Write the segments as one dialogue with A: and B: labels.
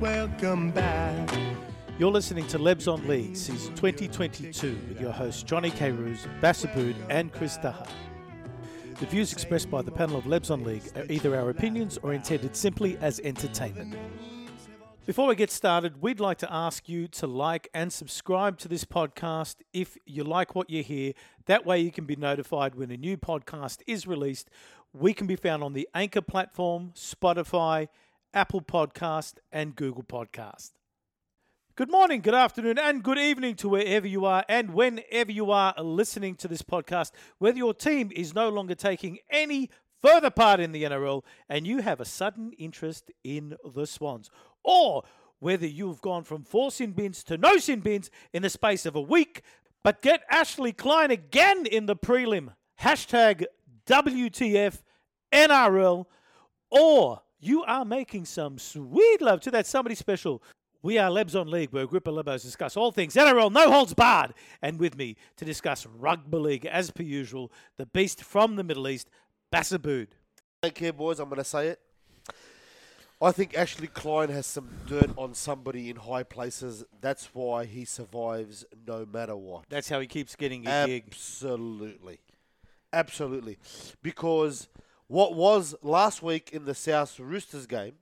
A: welcome back.
B: You're listening to Lebs on League, season 2022, with your hosts Johnny K. Ruse, Bassabood, and Chris Daha. The views expressed by the panel of Lebs on League are either our opinions or intended simply as entertainment. Before we get started, we'd like to ask you to like and subscribe to this podcast if you like what you hear. That way, you can be notified when a new podcast is released. We can be found on the Anchor platform, Spotify, Apple Podcast, and Google Podcast. Good morning, good afternoon, and good evening to wherever you are and whenever you are listening to this podcast. Whether your team is no longer taking any further part in the NRL and you have a sudden interest in the Swans, or whether you've gone from four sin bins to no sin bins in the space of a week, but get Ashley Klein again in the prelim. Hashtag WTF NRL or you are making some sweet love to that somebody special. We are Lebs on League, where a group of Lebos discuss all things NRL, no holds barred. And with me to discuss rugby league, as per usual, the beast from the Middle East, Bassabood.
C: don't care, boys. I'm going to say it. I think Ashley Klein has some dirt on somebody in high places. That's why he survives no matter what.
B: That's how he keeps getting his gig.
C: Absolutely. Absolutely. Because what was last week in the South Roosters game,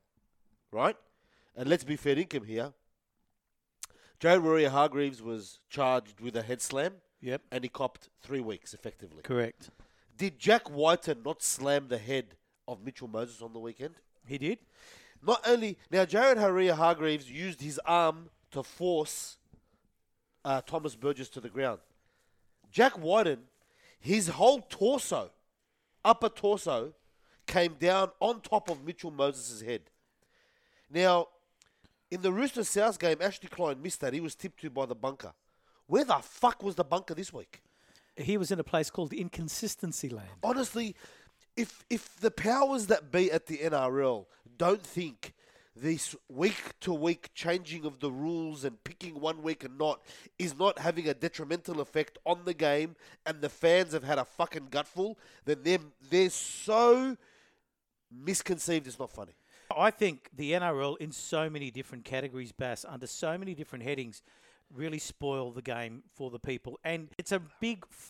C: right? And let's be fair income here. Jared Warrior Hargreaves was charged with a head slam
B: Yep,
C: and he copped three weeks effectively.
B: correct.
C: Did Jack Whiten not slam the head of Mitchell Moses on the weekend?
B: He did?
C: Not only now, Jared Haria Hargreaves used his arm to force uh, Thomas Burgess to the ground. Jack Wyden, his whole torso, upper torso, came down on top of Mitchell Moses' head. Now, in the Rooster South game, Ashley Klein missed that. He was tipped to by the bunker. Where the fuck was the bunker this week?
B: He was in a place called Inconsistency Land.
C: honestly, if if the powers that be at the NRL don't think this week to week changing of the rules and picking one week and not is not having a detrimental effect on the game and the fans have had a fucking gutful, then they're, they're so misconceived it's not funny.
B: I think the NRL in so many different categories, Bass, under so many different headings, really spoil the game for the people. And it's a big f-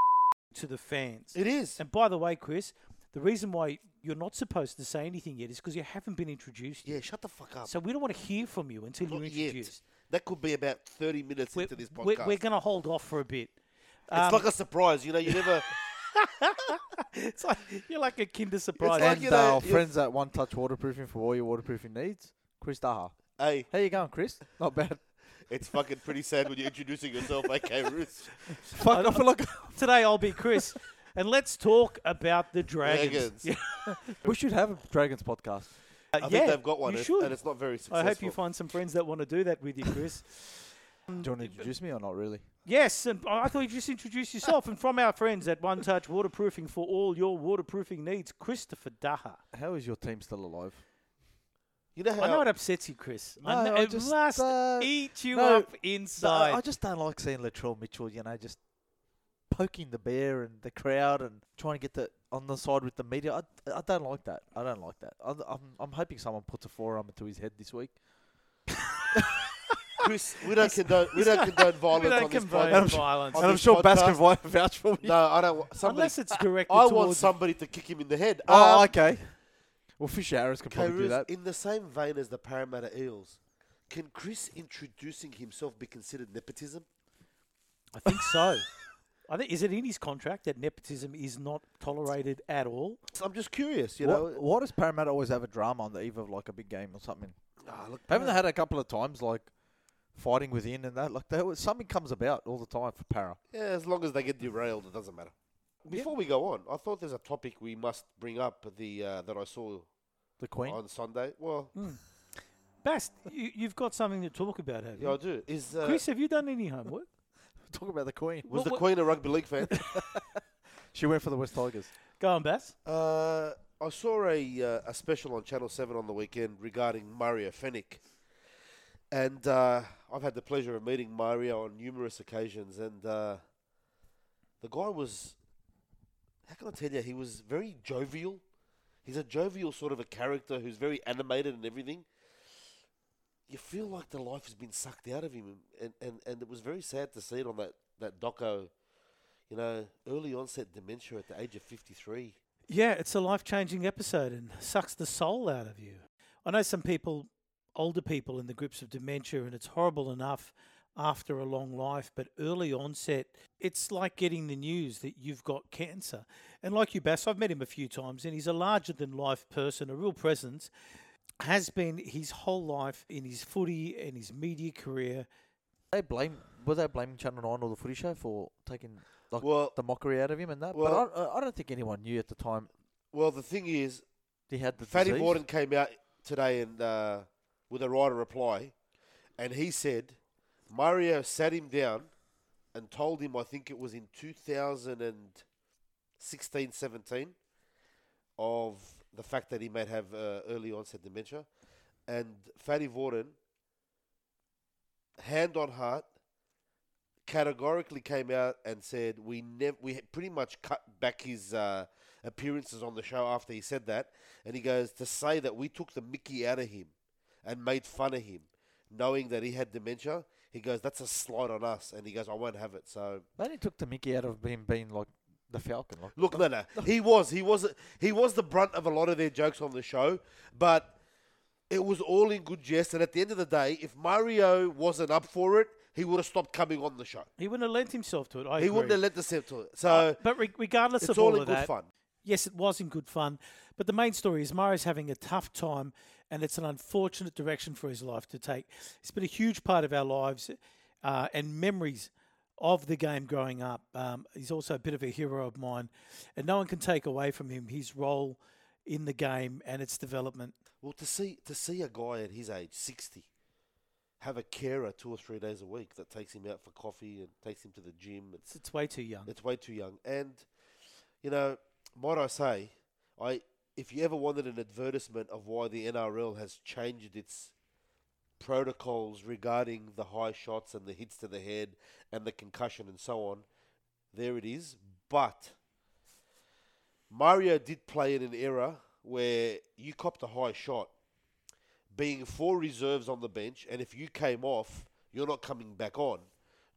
B: to the fans.
C: It is.
B: And by the way, Chris, the reason why you're not supposed to say anything yet is because you haven't been introduced.
C: Yeah, shut the fuck up.
B: So we don't want to hear from you until
C: Not
B: you're
C: yet.
B: introduced.
C: That could be about 30 minutes
B: We're,
C: into this podcast.
B: we're, um, going to hold off for a bit.
C: it's like a surprise, you know, you never...
B: It's like you're like a kinder surprise.
C: like
D: and
C: you know,
D: uh, our
C: you-
D: friends at One Touch Waterproofing for all your waterproofing needs, Chris Daha.
C: hey,
D: How you going, Chris? Not bad.
C: it's fucking pretty sad when you're introducing yourself, okay, Ruth?
D: Fuck, I feel like
B: Today I'll be Chris, and let's talk about the dragons.
C: Dragons.
B: Yeah,
D: we should have a Dragons podcast.
B: Uh,
C: I
B: yeah,
C: think they've got one,
B: You
C: and-
B: should.
C: and it's not very successful.
B: I hope you find some friends that want to do that with you, Chris.
D: Do you want to introduce me or not really?
B: Yes, and I I thought you just introduced yourself. And from our friends at One Touch Waterproofing for all your waterproofing needs, Christopher Daha.
D: How is your team still alive?
C: You know how
B: I know it upsets you, Chris. I
D: No,
B: know-
D: I
B: it
D: just,
B: must
D: uh,
B: eat you
D: no,
B: up inside.
D: I just don't like seeing Latrell Mitchell, you know, just poking the bear and the crowd and trying to get the on the side with the media. I, I don't like that. I don't like that. I, I'm I'm hoping someone puts a forearm into his head this week.
C: Chris, we don't condone we don't condone violence
B: we don't
C: on this
B: condone
C: podcast.
B: violence.
C: And I'm this sure Baskin
D: vouch for me.
C: No, I don't. Want, somebody,
B: Unless it's directed
C: I want
B: towards
C: somebody to kick him in the head.
D: Oh,
C: Um,
D: okay. Well, Fisher Harris could probably do
C: Kairos,
D: that.
C: in the same vein as the Parramatta Eels, can Chris introducing himself be considered nepotism?
B: I think so. I think is it in his contract that nepotism is not tolerated at all?
C: I'm just curious, you
D: Why-
C: know.
D: why does Parramatta always have a drama on the eve of like a big game or something?
C: Ah, look,
D: Haven't they had a couple of times like fighting within and that? Like they always, something comes about all the time for Para.
C: yeah, as long as they get derailed, it doesn't matter. Before we go on, I thought there's a topic we must bring up the uh, that I saw
D: The Queen.
C: on Sunday. Well,
B: Hmm. Bast, you, you've got something to talk about, have you?
C: yeah, I do. Is uh,
B: Chris, have you done any homework?
D: Talk about the Queen.
C: was
B: what-
C: the
B: what-
C: Queen a rugby league fan?
D: She went for the West Tigers.
B: Go on, Bass.
C: Uh, I saw a uh, a special on Channel Seven on the weekend regarding Mario Fennick, and uh, I've had the pleasure of meeting Mario on numerous occasions, and uh, the guy was, how can I tell you, he was very jovial. He's a jovial sort of a character who's very animated and everything. you feel like the life has been sucked out of him, and and, and it was very sad to see it on that that doco. You know, early onset dementia at the age of fifty three.
B: Yeah, it's a life changing episode and sucks the soul out of you. I know some people, older people in the grips of dementia, and it's horrible enough after a long life, but early onset, it's like getting the news that you've got cancer. And like you, Bass, I've met him a few times, and he's a larger than life person, a real presence, has been his whole life in his footy and his media career.
D: They blame were they blaming Channel Nine or the Footy Show for taking like
C: Well-
D: the mockery out of him and that?
C: well-
D: but I, I don't think anyone knew at the time
C: Well, the thing is,
D: he had the
C: Fatty
D: disease.
C: Morton came out today and uh, with a writer reply, and he said Mario sat him down and told him, I think it was in 2016 17, of the fact that he might have uh, early onset dementia. And Fatty Vorden, hand on heart, categorically came out and said we never we had pretty much cut back his uh, appearances on the show after he said that, and he goes to say that we took the Mickey out of him and made fun of him, knowing that he had dementia. He goes, that's a slight on us, and he goes, I won't have it. So
D: They only took the Mickey out of him being like the Falcon. Like,
C: look, no, no, he was, he was, he was the brunt of a lot of their jokes on the show, but it was all in good jest. And at the end of the day, if Mario wasn't up for it, he would have stopped coming on the show.
B: He wouldn't have lent himself to it. I
C: He
B: agree.
C: wouldn't have let the set to it. So.
B: Uh, but re- regardless
C: it's
B: of
C: all,
B: all,
C: in
B: of
C: good
B: that,
C: fun.
B: Yes, it was in good fun. But the main story is Mario's having a tough time and it's an unfortunate direction for his life to take. It's been a huge part of our lives uh, and memories of the game growing up. Um, he's also a bit of a hero of mine and no one can take away from him his role in the game and its development.
C: Well, to see to see a guy at his age, sixty, have a carer two or three days a week that takes him out for coffee and takes him to the gym. It's
B: It's, it's way too young.
C: it's way too young. And you know, might I say, I if you ever wanted an advertisement of why the NRL has changed its protocols regarding the high shots and the hits to the head and the concussion and so on, there it is. But Mario did play in an era where you copped a high shot, being four reserves on the bench, and if you came off, you're not coming back on.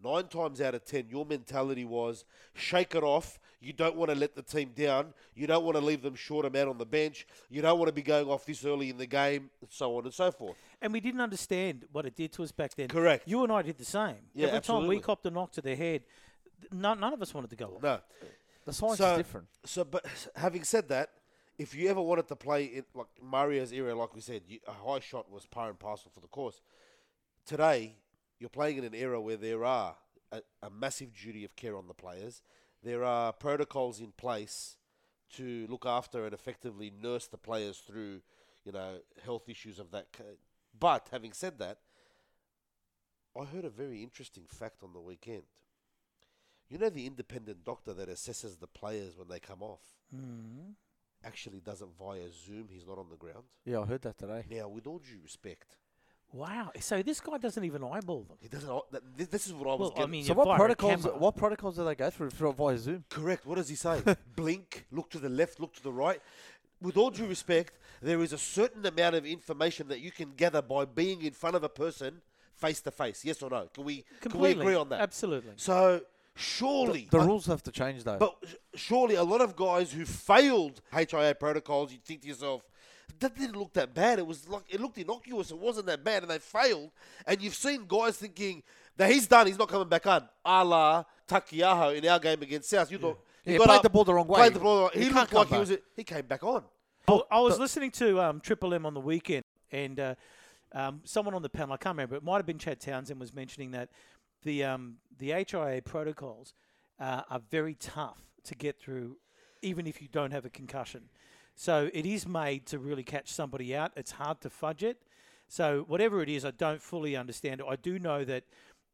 C: Nine times out of ten, your mentality was shake it off. You don't want to let the team down. You don't want to leave them short a man on the bench. You don't want to be going off this early in the game, and so on and so forth.
B: And we didn't understand what it did to us back then.
C: Correct.
B: You and I did the same.
C: Yeah,
B: Every time we
C: absolutely.
B: copped a knock to the head, th- none, none of us wanted to go on.
C: No.
D: the science
C: So-
D: is different.
C: So, but having said that, if you ever wanted to play in like Mario's era, like we said, you, a high shot was par and parcel for the course. Today, you're playing in an era where there are a, a massive duty of care on the players. There are protocols in place to look after and effectively nurse the players through, you know, health issues of that. ki- But having said that, I heard a very interesting fact on the weekend. You know, the independent doctor that assesses the players when they come off
B: Mm.
C: actually does it via Zoom. He's not on the ground.
D: Yeah, I heard that today.
C: Now, with all due respect,
B: Wow. So this guy doesn't even eyeball them.
C: he doesn't. that- thi- This is what I was
B: Well, I
C: getting.
B: mean-
D: So
B: Yeah, via
D: what
B: a
D: protocols?
B: camera.
D: What protocols do they go through for via Zoom?
C: Correct. What does he say? Blink, look to the left, look to the right. With all due respect, there is a certain amount of information that you can gather by being in front of a person face to face. Yes or no? Can we can we agree on that?
B: Absolutely.
C: So surely
D: The
C: I-
D: rules have to change though.
C: But s- surely a lot of guys who failed HIA protocols, you think to yourself, that didn't look that bad. It was like it looked innocuous. It wasn't that bad, and they failed. And you've seen guys thinking that he's done. He's not coming back on. A la Takiyaho in our game against South. You thought
D: Yeah, he played the ball the wrong way.
C: Played the ball the wrong
D: He
C: He,
D: can't
C: looked
D: come
C: like he was.
D: back.
C: A, he came back on.
B: I, I was listening to um, Triple M on the weekend, and uh, um, someone on the panel, I can't remember, it might have been Chad Townsend, was mentioning that the um, the HIA protocols uh, are very tough to get through, even if you don't have a concussion. So it is made to really catch somebody out. It's hard to fudge it. So whatever it is, I don't fully understand it. I do know that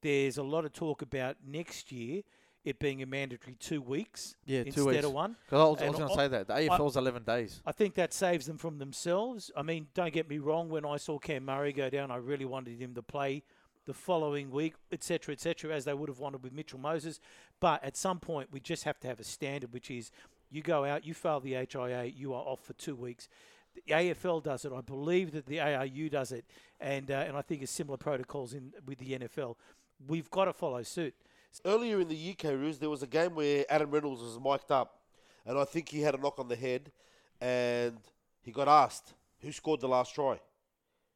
B: there's a lot of talk about next year it being a mandatory two weeks
D: yeah,
B: instead
D: two weeks.
B: of one.
D: 'Cause I was, I
B: And
D: was going
B: I-
D: to say that the AFL's eleven days.
B: I think that saves them from themselves. I mean, don't get me wrong. When I saw Cam Murray go down, I really wanted him to play the following week, etc., cetera, etc., as they would have wanted with Mitchell Moses. But at some point, we just have to have a standard, which is you go out, you fail the HIA, you are off for two weeks. The AFL does it. I believe that the ARU does it, and uh, and I think it's similar protocols in with the NFL. We've got to follow suit.
C: Earlier in the UK, Ruse, there was a game where Adam Reynolds was mic'd up, and I think he had a knock on the head, and he got asked, "Who scored the last try?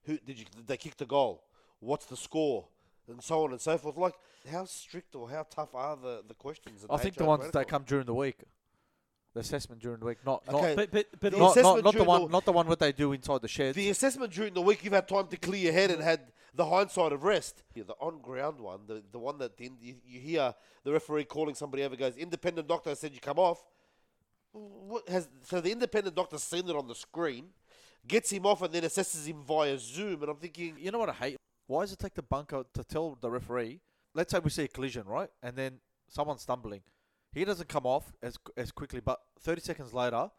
C: Who did you? Did they kick the goal? What's the score?" And so on and so forth. Like, how strict or how tough are the, the questions?
D: I think the ones that come during the week, the assessment during the week, not
C: Okay.
B: But but but
C: The
D: not, not,
C: assessment
D: not, not the
C: during
D: one
C: the-
D: not the one what they do inside the sheds.
C: The assessment during the week, you've had time to clear your head and had the hindsight of rest. Yeah, the on ground one, the, the one that then you, you hear the referee calling somebody over goes, independent doctor said you come off. What has so the independent doctor's seen it on the screen, gets him off, and then assesses him via Zoom. And I'm thinking,
D: You know what I hate? Why does it take the bunker to tell the referee? Let's say we see a collision, right? And then someone's stumbling. He doesn't come off as as quickly, but 30 seconds later,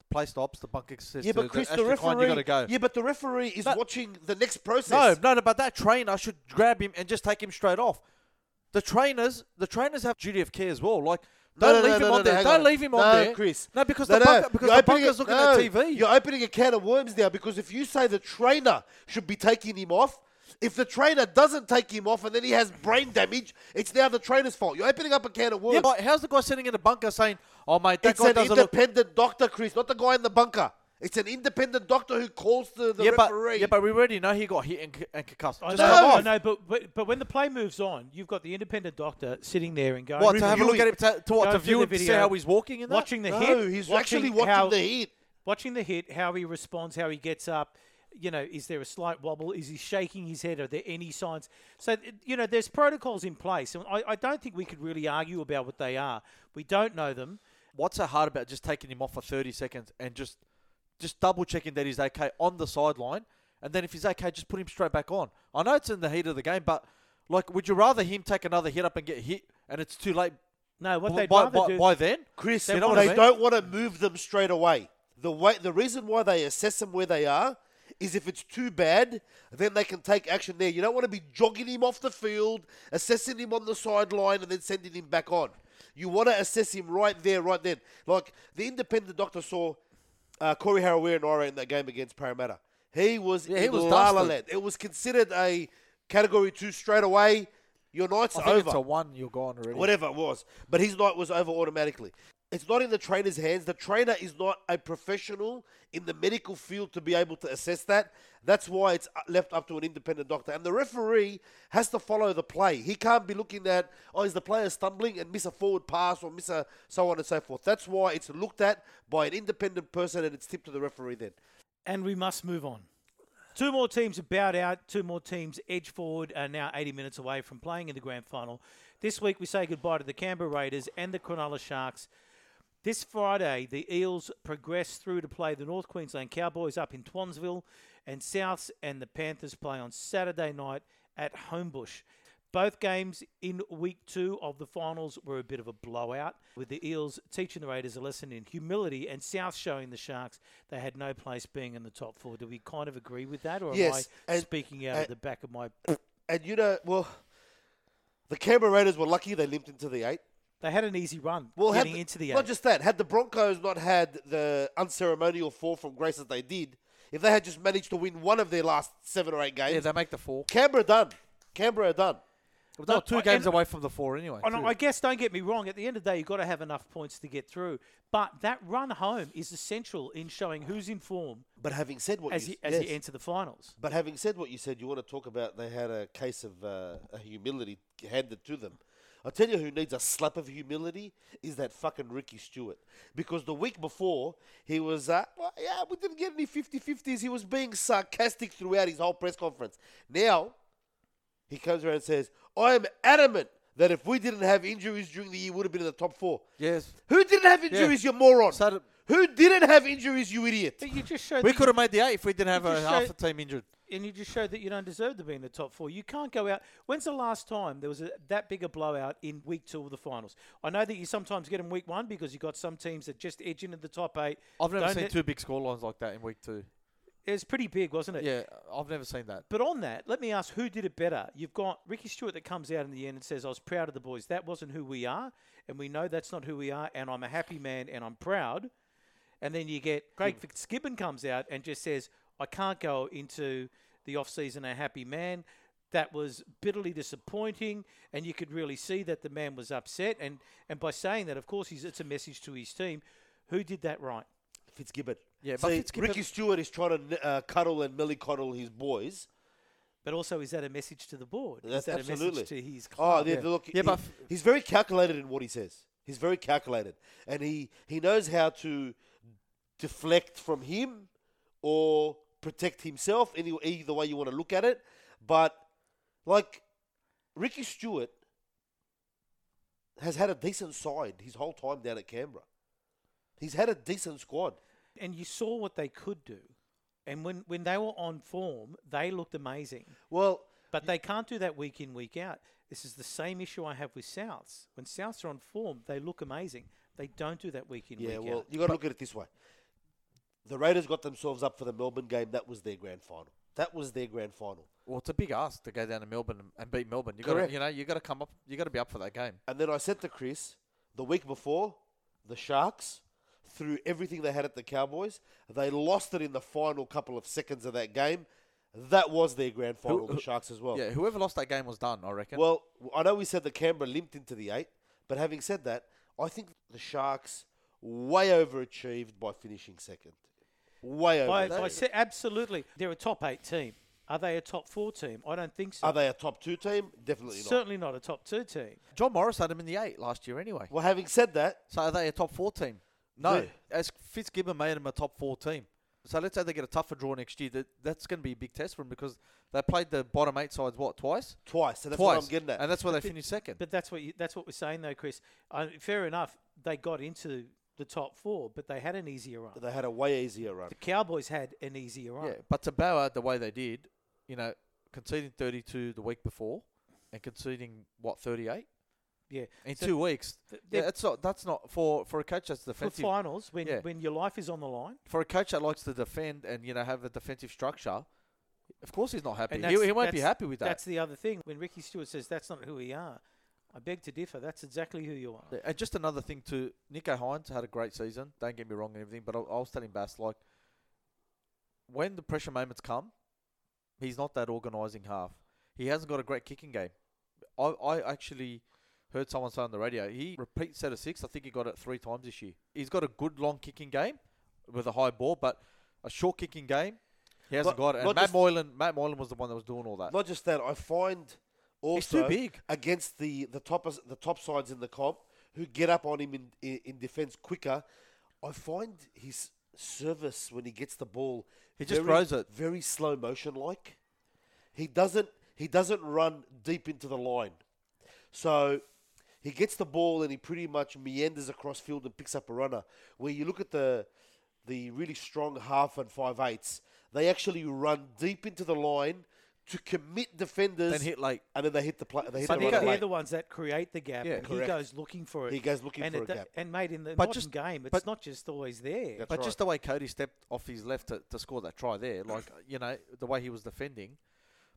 D: the play stops. The bunker says,
C: yeah,
D: to
C: but Chris, the,
D: Ashley
C: referee,
D: Klein, you gotta go.
C: yeah, but the referee is
D: But-
C: watching the next process.
D: No, no, no, but that trainer should grab him and just take him straight off. The trainers, the trainers have duty of care as well. Like,
C: No, no,
D: don't
C: no,
D: leave him
C: no,
D: on
C: no,
D: there.
C: hang
D: Don't
C: on.
D: leave him on
C: No,
D: there,
C: Chris.
D: No, because
C: No,
D: the
C: no,
D: bunker, because
C: you're
D: the
C: opening
D: bunker's
C: a-
D: looking
C: no,
D: at TV.
C: You're opening a can of worms now because if you say the trainer should be taking him off, if the trainer doesn't take him off and then he has brain damage, it's now the trainer's fault. You're opening up a can of worms.
D: yeah, but how's the guy sitting in the bunker saying, "Oh mate, that
C: it's
D: guy
C: an
D: doesn't look."
C: independent doctor, Chris, not the guy in the bunker. It's an independent doctor who calls the, the
D: yeah,
C: referee.
D: but yeah, but we already know he got hit and, c- and concussed.
B: I
D: Just
B: know,
D: come
B: I
D: off.
B: know, but, but but when the play moves on, you've got the independent doctor sitting there and going,
D: What to have a look at
C: Reviewing.
D: him to, to what
B: Go
D: to
B: through
D: view
B: the
D: him to see
B: video.
D: how he's walking in that?
B: watching the
C: no,
B: hit.
C: he's
B: watching
C: actually watching
B: how-
C: the heat.
B: watching the hit, how he responds, how he gets up. You know, is there a slight wobble? Is he shaking his head? Are there any signs? So, th- you know, there's protocols in place, and I, I don't think we could really argue about what they are. We don't know them.
D: What's so hard about just taking him off for 30 seconds and just just double checking that he's okay on the sideline, and then if he's okay, just put him straight back on. I know it's in the heat of the game, but like, would you rather him take another hit up and get hit, and it's too late
B: No, what
D: b-
B: they'd
D: by,
B: rather
D: by,
B: do.
D: by then?
C: Chris,
D: You
C: they,
D: know what I mean?
C: don't want to move them straight away. The way, the reason why they assess them where they are is if it's too bad, then they can take action there. You don't want to be jogging him off the field, assessing him on the sideline, and then sending him back on. You want to assess him right there, right then. Like the independent doctor saw uh, Corey Harawira and Ira in that game against Parramatta. He was
D: Yeah,
C: in
D: he was
C: La La
D: dusted.
C: Land. It was considered a category two straight away. Your night's
D: I think
C: over
D: it's a one. You're gone already.
C: whatever it was. But his night was over automatically. It's not in the trainer's hands. The trainer is not a professional in the medical field to be able to assess that. That's why it's uh, left up to an independent doctor. And the referee has to follow the play. He can't be looking at, oh, is the player stumbling and miss a forward pass or miss a so on and so forth. That's why it's looked at by an independent person and it's tipped to the referee then.
B: and we must move on. Two more teams are bowed out. Two more teams edge forward are now 80 minutes away from playing in the grand final. This week we say goodbye to the Canberra Raiders and the Cronulla Sharks. This Friday, the Eels progress through to play the North Queensland Cowboys up in Twansville, and Souths and the Panthers play on Saturday night at Homebush. Both games in week two of the finals were a bit of a blowout, with the Eels teaching the Raiders a lesson in humility and South showing the Sharks they had no place being in the top four. Do we kind of agree with that, or
C: Yes,
B: am I
C: and-
B: speaking out of
C: and-
B: the back of my?
C: And you know, well, the Canberra Raiders were lucky they limped into the eight.
B: They had an easy run
C: Well, had
B: getting
C: the-
B: into the
C: not
B: eight.
C: just that. Had the Broncos not had the unceremonial fall from grace that they did, if they had just managed to win one of their last seven or eight games,
D: Yeah, they make the four.
C: Canberra done. Canberra done.
D: They were
B: No, I-
D: two games
B: and-
D: away from the four anyway.
B: And
D: too.
B: I guess don't get me wrong. At the end of the day, you've got to have enough points to get through. But that run home is essential in showing who's in form
C: But having said what
B: as
C: you
B: you, as you
C: yes.
B: enter the finals.
C: but having said what you said, you want to talk about they had a case of uh, a humility handed to them. I tell you, who needs a slap of humility is that fucking Ricky Stewart. Because the week before, he was, uh, well, yeah, we didn't get any 50 50s. He was being sarcastic throughout his whole press conference. Now, he comes around and says, I am adamant that if we didn't have injuries during the year, we would have been in the top four.
D: yes,
C: Who didn't have injuries, you moron?
D: So did-
C: Who didn't have injuries, you idiot?
B: But you just showed
D: we
B: that
D: could have made the eight if we didn't have
B: You
D: a
B: just
D: half
B: showed-
D: a team injured.
B: and you just showed that you don't deserve to be in the top four. You can't go out. When's the last time there was a, that big a blowout in week two of the finals? I know that you sometimes get in week one because you got some teams that just edge into the top eight.
D: I've never
B: Don't
D: seen
B: let-
D: two big score lines like that in week two.
B: It was pretty big, wasn't it?
D: Yeah, I've never seen that.
B: But on that, let me ask who did it better? You've got Ricky Stewart that comes out in the end and says, I was proud of the boys. That wasn't who we are. And we know that's not who we are. And I'm a happy man and I'm proud. And then you get
C: Hmm.
B: Craig Fitzgibbon comes out and just says, I can't go into the off season a happy man. That was bitterly disappointing, and you could really see that the man was upset. And, and by saying that, of course, he's, it's a message to his team. Who did that right?
C: Fitzgibbon.
D: Yeah,
C: See,
D: but Fitzgibbon-
C: Ricky Stewart is trying to uh, cuddle and millycoddle his boys.
B: But also, is that a message to the board? Is
C: That's
B: that a
C: absolutely.
B: message to his
C: Oh,
B: club?
C: they look.
D: Yeah,
C: he-
D: but f-
C: he's very calculated in what he says. He's very calculated, and he he knows how to deflect from him or protect himself. Any either way you want to look at it, but like Ricky Stewart has had a decent side his whole time down at Canberra. He's had a decent squad.
B: And you saw what they could do. And when, when they were on form, they looked amazing.
C: Well,
B: But they can't do that week in, week out. This is the same issue I have with Souths. When Souths are on form, they look amazing. They don't do that week in,
C: yeah.
B: week
C: Well,
B: out.
C: you got to look at it this way. The Raiders got themselves up for the Melbourne game. That was their grand final. That was their grand final.
D: Well, it's a big ask to go down to Melbourne and- and beat Melbourne. You got
C: Correct.
D: to, you know, you got to come up. You got to be up for that game.
C: And then I said to Chris, the week before, the Sharks threw everything they had at the Cowboys. They lost it in the final couple of seconds of that game. That was their grand final,
D: who-
C: the Sharks as well.
D: Yeah, whoever lost that game was done. I reckon.
C: Well, I know we said the Canberra limped into the eight, but having said that, I think the Sharks way overachieved by finishing second. Way over.
B: I, I said, absolutely. They're a top eight team. Are they a top four team? I don't think so.
C: Are they a top two team? Definitely not.
B: Certainly not a top two team.
D: John Morris had him in the eight last year anyway.
C: Well, having said that,
D: So are they a top four team? No,
C: No.
D: as Fitzgibbon made him a top four team. So let's say they get a tougher draw next year. That that's going to be a big test for him because they played the bottom eight sides what twice?
C: twice, and that's
D: twice,
C: what I'm getting at.
D: and that's where they
B: thi-
D: finished second.
B: But that's what you, that's what we're saying though, Chris. Uh, fair enough. They got into the top four, but they had an easier run.
C: they had a way easier run.
B: The Cowboys had an easier run.
D: Yeah, but to Bauer, the way they did, you know, conceding 32 the week before and conceding, what, 38?
B: Yeah.
D: In
B: So
D: two weeks.
B: th-
D: Yeah,
B: they're-
D: that's not, that's not for, for a coach that's
B: for
D: defensive. For,
B: finals, when
D: Yeah.
B: when your life is on the line,
D: a coach that likes to defend and, you know, have a defensive structure, of course he's not happy.
B: And
D: He,
B: that's-
D: he won't be
B: that's-
D: happy with that.
B: That's the other thing. When Ricky Stewart says that's not who we are, I beg to differ. That's exactly who you are.
D: Yeah, And just another thing too, Nico Hines had a great season. Don't get me wrong and everything, but I, I was telling Bass like, when the pressure moments come, he's not that organising half. He hasn't got a great kicking game. I, I actually heard someone say on the radio he repeats set of six. I think he got it three times this year. He's got a good long kicking game with a high ball, but a short kicking game he hasn't
C: Not-
D: got it.
C: not
D: And Matt
C: just-
D: Moylan, Matt Moylan was the one that was doing all that.
C: Not just that, I find also
D: too big.
C: against the the top the top sides in the comp who get up on him in in, in defence quicker. I find his service when he gets the ball,
D: He just
C: very-
D: throws it.
C: very slow motion like. He doesn't he doesn't run deep into the line, so. He gets the ball and he pretty much meanders across field and picks up a runner. Where you look at the the really strong half and five eights, they actually run deep into the line to commit defenders.
D: Then hit late.
C: and then they hit the pla- they hit
B: But
C: the
B: they're,
D: he got-
C: runner
B: they're
C: late.
B: the ones that create the gap.
D: Yeah,
B: and he
C: correct.
B: goes looking for it.
C: He goes looking
B: and
C: for
B: it
C: a
B: do-
C: gap.
B: And mate, in the
D: But
B: modern
D: just-
B: game, it's
D: but-
B: not just always there.
C: That's
D: But
C: right.
D: just the way Cody stepped off his left to, to score that try there, like you know the way he was defending.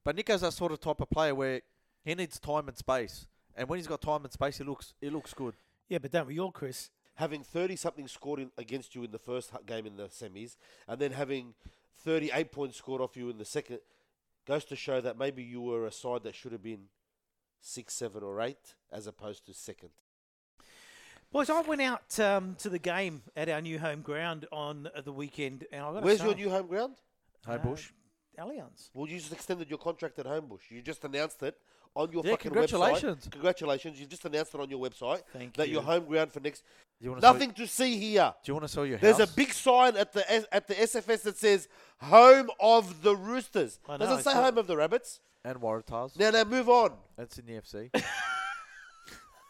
D: But Nico's that sort of type of player where he needs time and space, and when he's got time and space, he looks he looks good.
B: Yeah, but don't we all, Chris?
C: having thirty something scored in, against you in the first hu- game in the semis, and then having thirty eight points scored off you in the second, goes to show that maybe you were a side that should have been six, seven, or eight as opposed to second.
B: Boys, I went out um, to the game at our new home ground on uh, the weekend, and I got uh,
C: Where's your new home ground?
D: Hey Bush,
B: Allianz?
C: Well, you just extended your contract at Homebush. You just announced it on your
D: Yeah,
C: fucking
D: congratulations.
C: website. Congratulations! You've just announced it on your website
B: Thank
C: that your
B: you.
C: home ground for next.
D: you wanna
C: Nothing to see here.
D: Sell, do you want to sell your
C: There's
D: house?
C: a big sign at the S- at the SFS that says "Home of the Roosters."
B: I know,
C: Doesn't
B: I
C: say
B: saw
C: "Home of the Rabbits."
D: and Waratahs.
C: Now, now move on.
D: That's in the FC.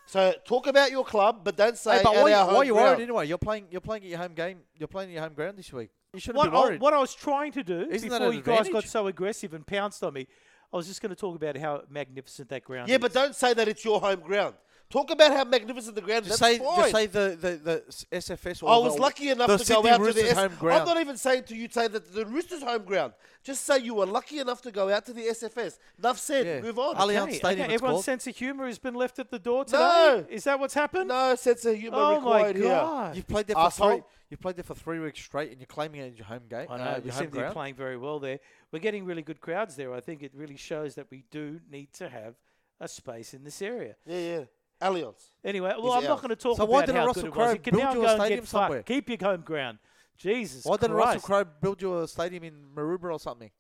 C: So talk about your club, but don't say.
D: hey, but
C: at
D: why,
C: our
D: you- why
C: home
D: are you worried
C: ground.
D: anyway? You're playing you're playing at your home game. You're playing at your home ground this week. You shouldn't
B: What
D: be
B: I,
D: worried.
B: what I was trying to do
D: Isn't that
B: before
D: an
B: you guys got
D: advantage?
B: so aggressive and pounced on me, I was just going to talk about how magnificent that ground
C: Yeah,
B: is.
C: but don't say that it's your home ground. Talk about how magnificant the ground. is.
D: just
C: That's
D: say
C: fine.
D: just say the the, the s- SFS. Or
C: I
D: the-
C: was lucky enough
D: the
C: to
D: Sydney
C: go out
D: Roosters
C: to the. S-
D: home ground.
C: I'm not even saying to you say that the Roosters' home ground. Just say you were lucky enough to go out to the SFS. Enough said.
D: Yeah.
C: Move on.
D: Allianz
B: Okay,
D: Stadium.
B: okay,
D: it's
B: everyone's
D: called.
B: sense of humour has been left at the door today.
C: No.
B: Is that what's happened?
C: No sense of humour
B: Oh my
C: required here.
B: God.
D: You've played there for
C: Asshole.
D: three. You've played there for three weeks straight, and you're claiming it as your home game.
B: I know.
D: uh,
B: we
D: your home
B: seem to be
D: ground.
B: playing very well there. We're getting really good crowds there. I think it really shows that we do need to have a space in this area.
C: Yeah, yeah. Allianz.
B: Anyway, well, I'm
C: it
B: not
C: ours?
B: going to talk
D: So
B: about
D: why didn't
B: how
D: Russell
B: good it
D: Crowe
B: was. You can
D: build
B: now
D: you a
B: go and
D: stadium
B: get
D: somewhere?
B: fucked. Keep your home ground. Jesus
D: Why didn't Russell
B: Christ.
D: Crowe build you a stadium in Maroubra or something?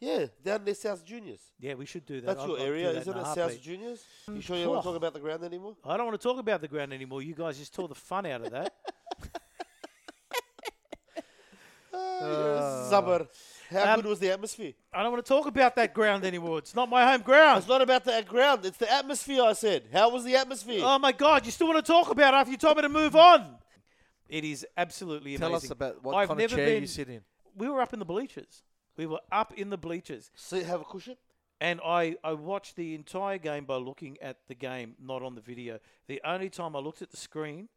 C: Yeah, down there, South Juniors.
B: Yeah, we should do that.
C: That's
B: I'll-
C: your
B: I'll do
C: area,
B: that in
C: isn't
B: a
C: it? South
B: heartbeat.
C: Juniors. You sure you don't want to
B: Phew.
C: talk about the ground anymore?
B: I don't want to talk about the ground anymore. You guys just tore the fun out of that.
C: Uh, Sabr. How
B: Um,
C: good was the atmosphere?
B: I don't want to talk about that ground anymore. It's not my home ground.
C: It's not about the ground. It's the atmosphere. I said. How was the atmosphere?
B: Oh my God! You still want to talk about it after you told me to move on? It is absolutely
D: Tell
B: amazing.
D: us about what
B: I've
D: kind of
B: never
D: chair
B: been,
D: you sit in.
B: We were up in the bleachers. We were up in the bleachers,
C: See, have a cushion.
B: and I I watched the entire game by looking at the game, not on the video. The only time I looked at the screen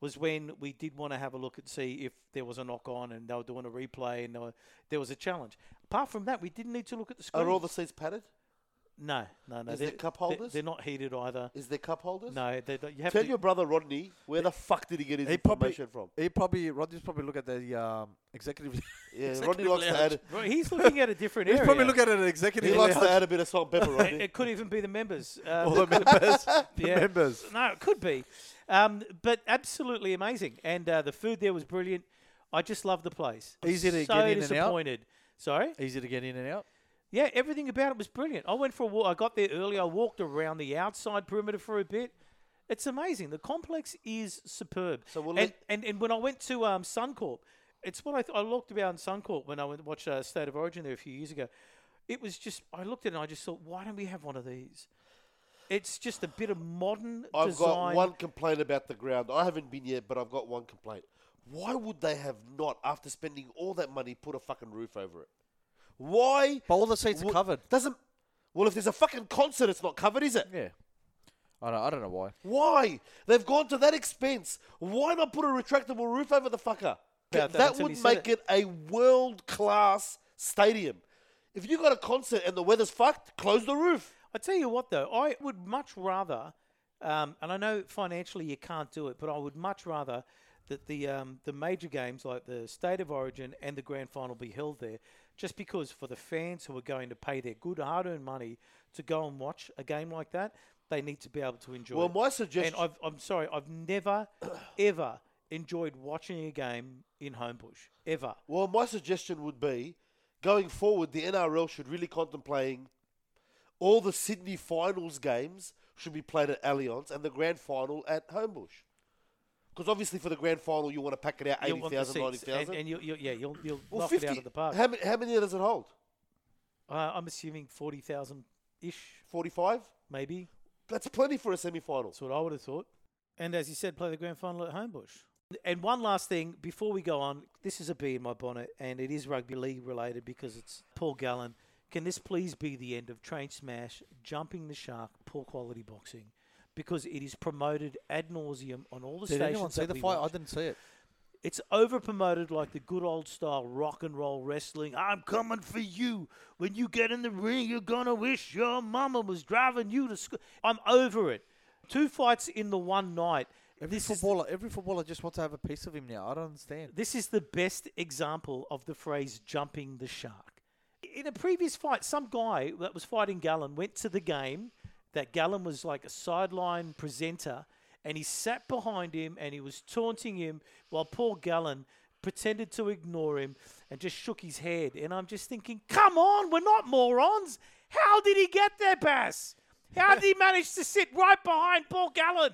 B: was when we did want to have a look and see if there was a knock on, and they were doing a replay, and there, were, there was a challenge. Apart from that, we didn't need to look at the screen.
C: Are all the seats padded?
B: no, no, no.
C: Is there
B: they're-
C: cup
B: they're-
C: holders?
B: They're not heated either.
C: Is there cup holders?
B: No, they, don't- you have
C: Tell
B: to.
C: your brother Rodney where the fuck did he get his
D: He probably-
C: information from?
D: He probably Rodney's probably look at the um, executive.
C: Yeah, Rodney
D: executive
C: likes to
D: lounge.
C: add.
B: Right, he's looking at a different
D: He's
B: area.
D: probably looking at an
C: He
D: executive.
C: likes to
D: lounge.
C: add a bit of salt and pepper,
B: It,
C: Rodney.
B: it could even be the members. Uh,
D: all the members. the
B: yeah.
D: members.
B: No, it could be. Um, but absolutely amazing. And uh, the food there was brilliant. I just love the place. I'm
D: Easy to
B: so
D: get in and out?
B: disappointed. Sorry?
D: Easy to get in and out.
B: Yeah, everything about it was brilliant. I went for a walk. I got there early. I walked around the outside perimeter for a bit. It's amazing. The complex is superb.
C: So we'll
B: and,
C: let-
B: and and when I went to um, Suncorp, it's what I, th- I looked around Suncorp when I went to watch uh, State of Origin there a few years ago. It was just I looked at it and I just thought, why don't we have one of these? It's just a bit of modern
C: I've
B: design.
C: got one complaint about the ground. I haven't been yet, but I've got one complaint. Why would they have not, after spending all that money, put a fucking roof over it? Why?
D: But all the seats are
C: would-
D: covered.
C: Doesn't. Well, if there's a fucking concert, it's not covered, is it?
D: Yeah. I don't, I don't know why.
C: Why? They've gone to that expense. Why not put a retractable roof over the fucker?
B: About that
C: that
B: until you
C: would
B: said
C: make it. a world class stadium. If you got a concert and the weather's fucked, close the roof.
B: I tell you what, though, I would much rather, um, and I know financially you can't do it, but I would much rather that the um, the major games like the State of Origin and the Grand Final be held there, just because for the fans who are going to pay their good hard earned money to go and watch a game like that, they need to be able to enjoy.
C: Well,
B: it.
C: my suggestion.
B: and I've, I'm sorry, I've never ever enjoyed watching a game in Homebush ever.
C: Well, my suggestion would be going forward, the NRL should really contemplate all the Sydney finals games should be played at Allianz and the grand final at Homebush. Because obviously, for the grand final, you want to pack it out
B: You'll want the
C: 80,000,
B: seats, and,
C: 90,000.
B: and you'll, you'll yeah, you'll, you'll
C: Well,
B: knock it out of the park.
C: How, many, how many does it hold?
B: Uh, I'm assuming forty thousand ish.
C: 45?
B: maybe.
C: That's plenty for a semi final.
B: That's what I would have thought. And as you said, play the grand final at Homebush. And one last thing before we go on, this is a bee in my bonnet, and it is rugby league related because it's Paul Gallen. Can this please be the end of train smash, jumping the shark, poor quality boxing? Because it is promoted ad nauseum on all the
D: Did
B: stations.
D: anyone see
B: that
D: the
B: we
D: fight? I
B: watch.
D: didn't see it.
B: It's over promoted like the good old style rock and roll wrestling. I'm coming for you. When you get in the ring, you're gonna wish your mama was driving you to school. I'm over it. Two fights in the one night.
D: Every
B: This is,
D: footballer, every footballer just wants to have a piece of him now. I don't understand.
B: this is the best example of the phrase jumping the shark. In a previous fight, some guy that was fighting Gallen went to the game that Gallen was like a sideline presenter and he sat behind him and he was taunting him while Paul Gallen pretended to ignore him and just shook his head. And I'm just thinking, come on, we're not morons. How did he get there, Bass? How did he manage to sit right behind Paul Gallen?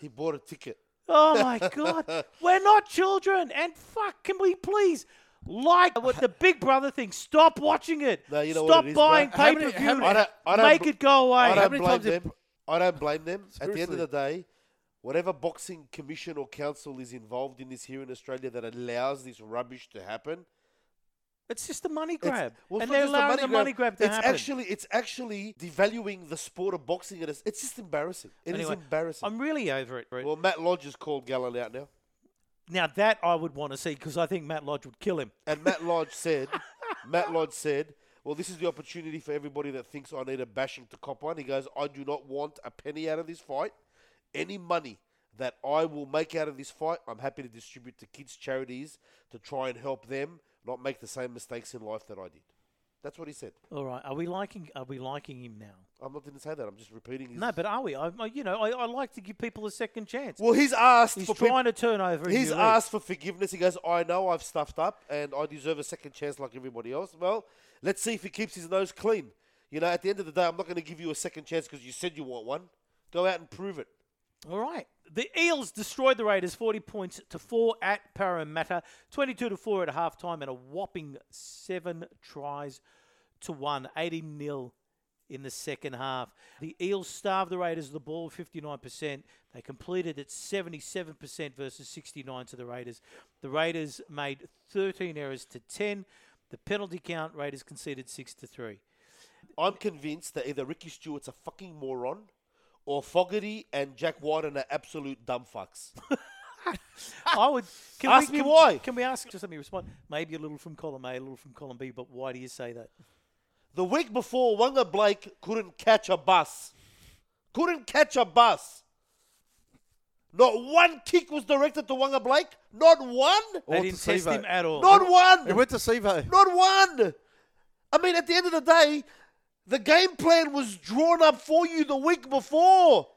C: He bought a ticket.
B: Oh my God. We're not children. And fuck, can we please, like what the Big Brother thing, stop watching it.
C: No, you know
B: stop
C: what it is,
B: buying
C: mate?
B: pay
D: How
B: per
D: many-
B: view.
D: how many- I
C: don't- I don't
B: Make
C: bl-
B: it go away.
C: I don't
D: many
C: blame
D: times
C: them.
D: did-
C: I don't blame them. At the end of
D: Seriously.
C: the day, whatever boxing commission or council is involved in this here in Australia that allows this rubbish to happen,
B: it's just a money
C: it's-
B: grab.
C: well, it's
B: and
C: not
B: they're
C: just a
B: allowing the money grab to
C: it's
B: happen.
C: actually it's actually devaluing the sport of boxing. It is. It's just embarrassing. It is
B: Anyway,
C: embarrassing.
B: I'm really over it. Brett.
C: well, Matt Lodge has called Gallen out now,
B: now that I would want to see because I think Matt Lodge would kill him.
C: and Matt Lodge said, Matt Lodge said. Well, this is the opportunity for everybody that thinks I need a bashing to cop on. He goes, I do not want a penny out of this fight, any money. that I will make out of this fight, I'm happy to distribute to kids' charities to try and help them not make the same mistakes in life that I did. That's what he said.
B: All right. Are we liking? Are we liking him now?
C: I'm not didn't say that. I'm just repeating his.
B: No, but are we? I, I- you know, I, I like to give people a second chance.
C: well, he's asked
B: He's
C: for peop-
B: trying to turn over. a
C: He's
B: new leaf.
C: asked for forgiveness. He goes, I know I've stuffed up and I deserve a second chance like everybody else. Well, let's see if he keeps his nose clean. You know, at the end of the day, I'm not going to give you a second chance because you said you want one. Go out and prove it.
B: All right. The Eels destroyed the Raiders 40 points to 4 at Parramatta, 22 to 4 at halftime, and a whopping 7 tries to 1, 80 nil in the second half. The Eels starved the Raiders of the ball 59%. They completed at 77% versus 69 to the Raiders. The Raiders made 13 errors to 10. The penalty count, Raiders conceded 6 to 3.
C: I'm convinced that either Ricky Stewart's a fucking moron or Fogarty and Jack Wyden are absolute dumb fucks.
B: I would can
C: Ask
B: we,
C: me
B: can-
C: why.
B: Can we ask? Just let me respond. Maybe a little from column A, a little from column B. But why do you say that?
C: the week before, Wanga Blake couldn't catch a bus. Couldn't catch a bus. Not one kick was directed to Wanga Blake. Not one.
B: They
D: Or
B: didn't
D: to
B: test
D: Sevo.
B: him at all.
C: Not one.
D: It went to Sevo.
C: Not one. I mean, at the end of the day, the game plan was drawn up for you the week before.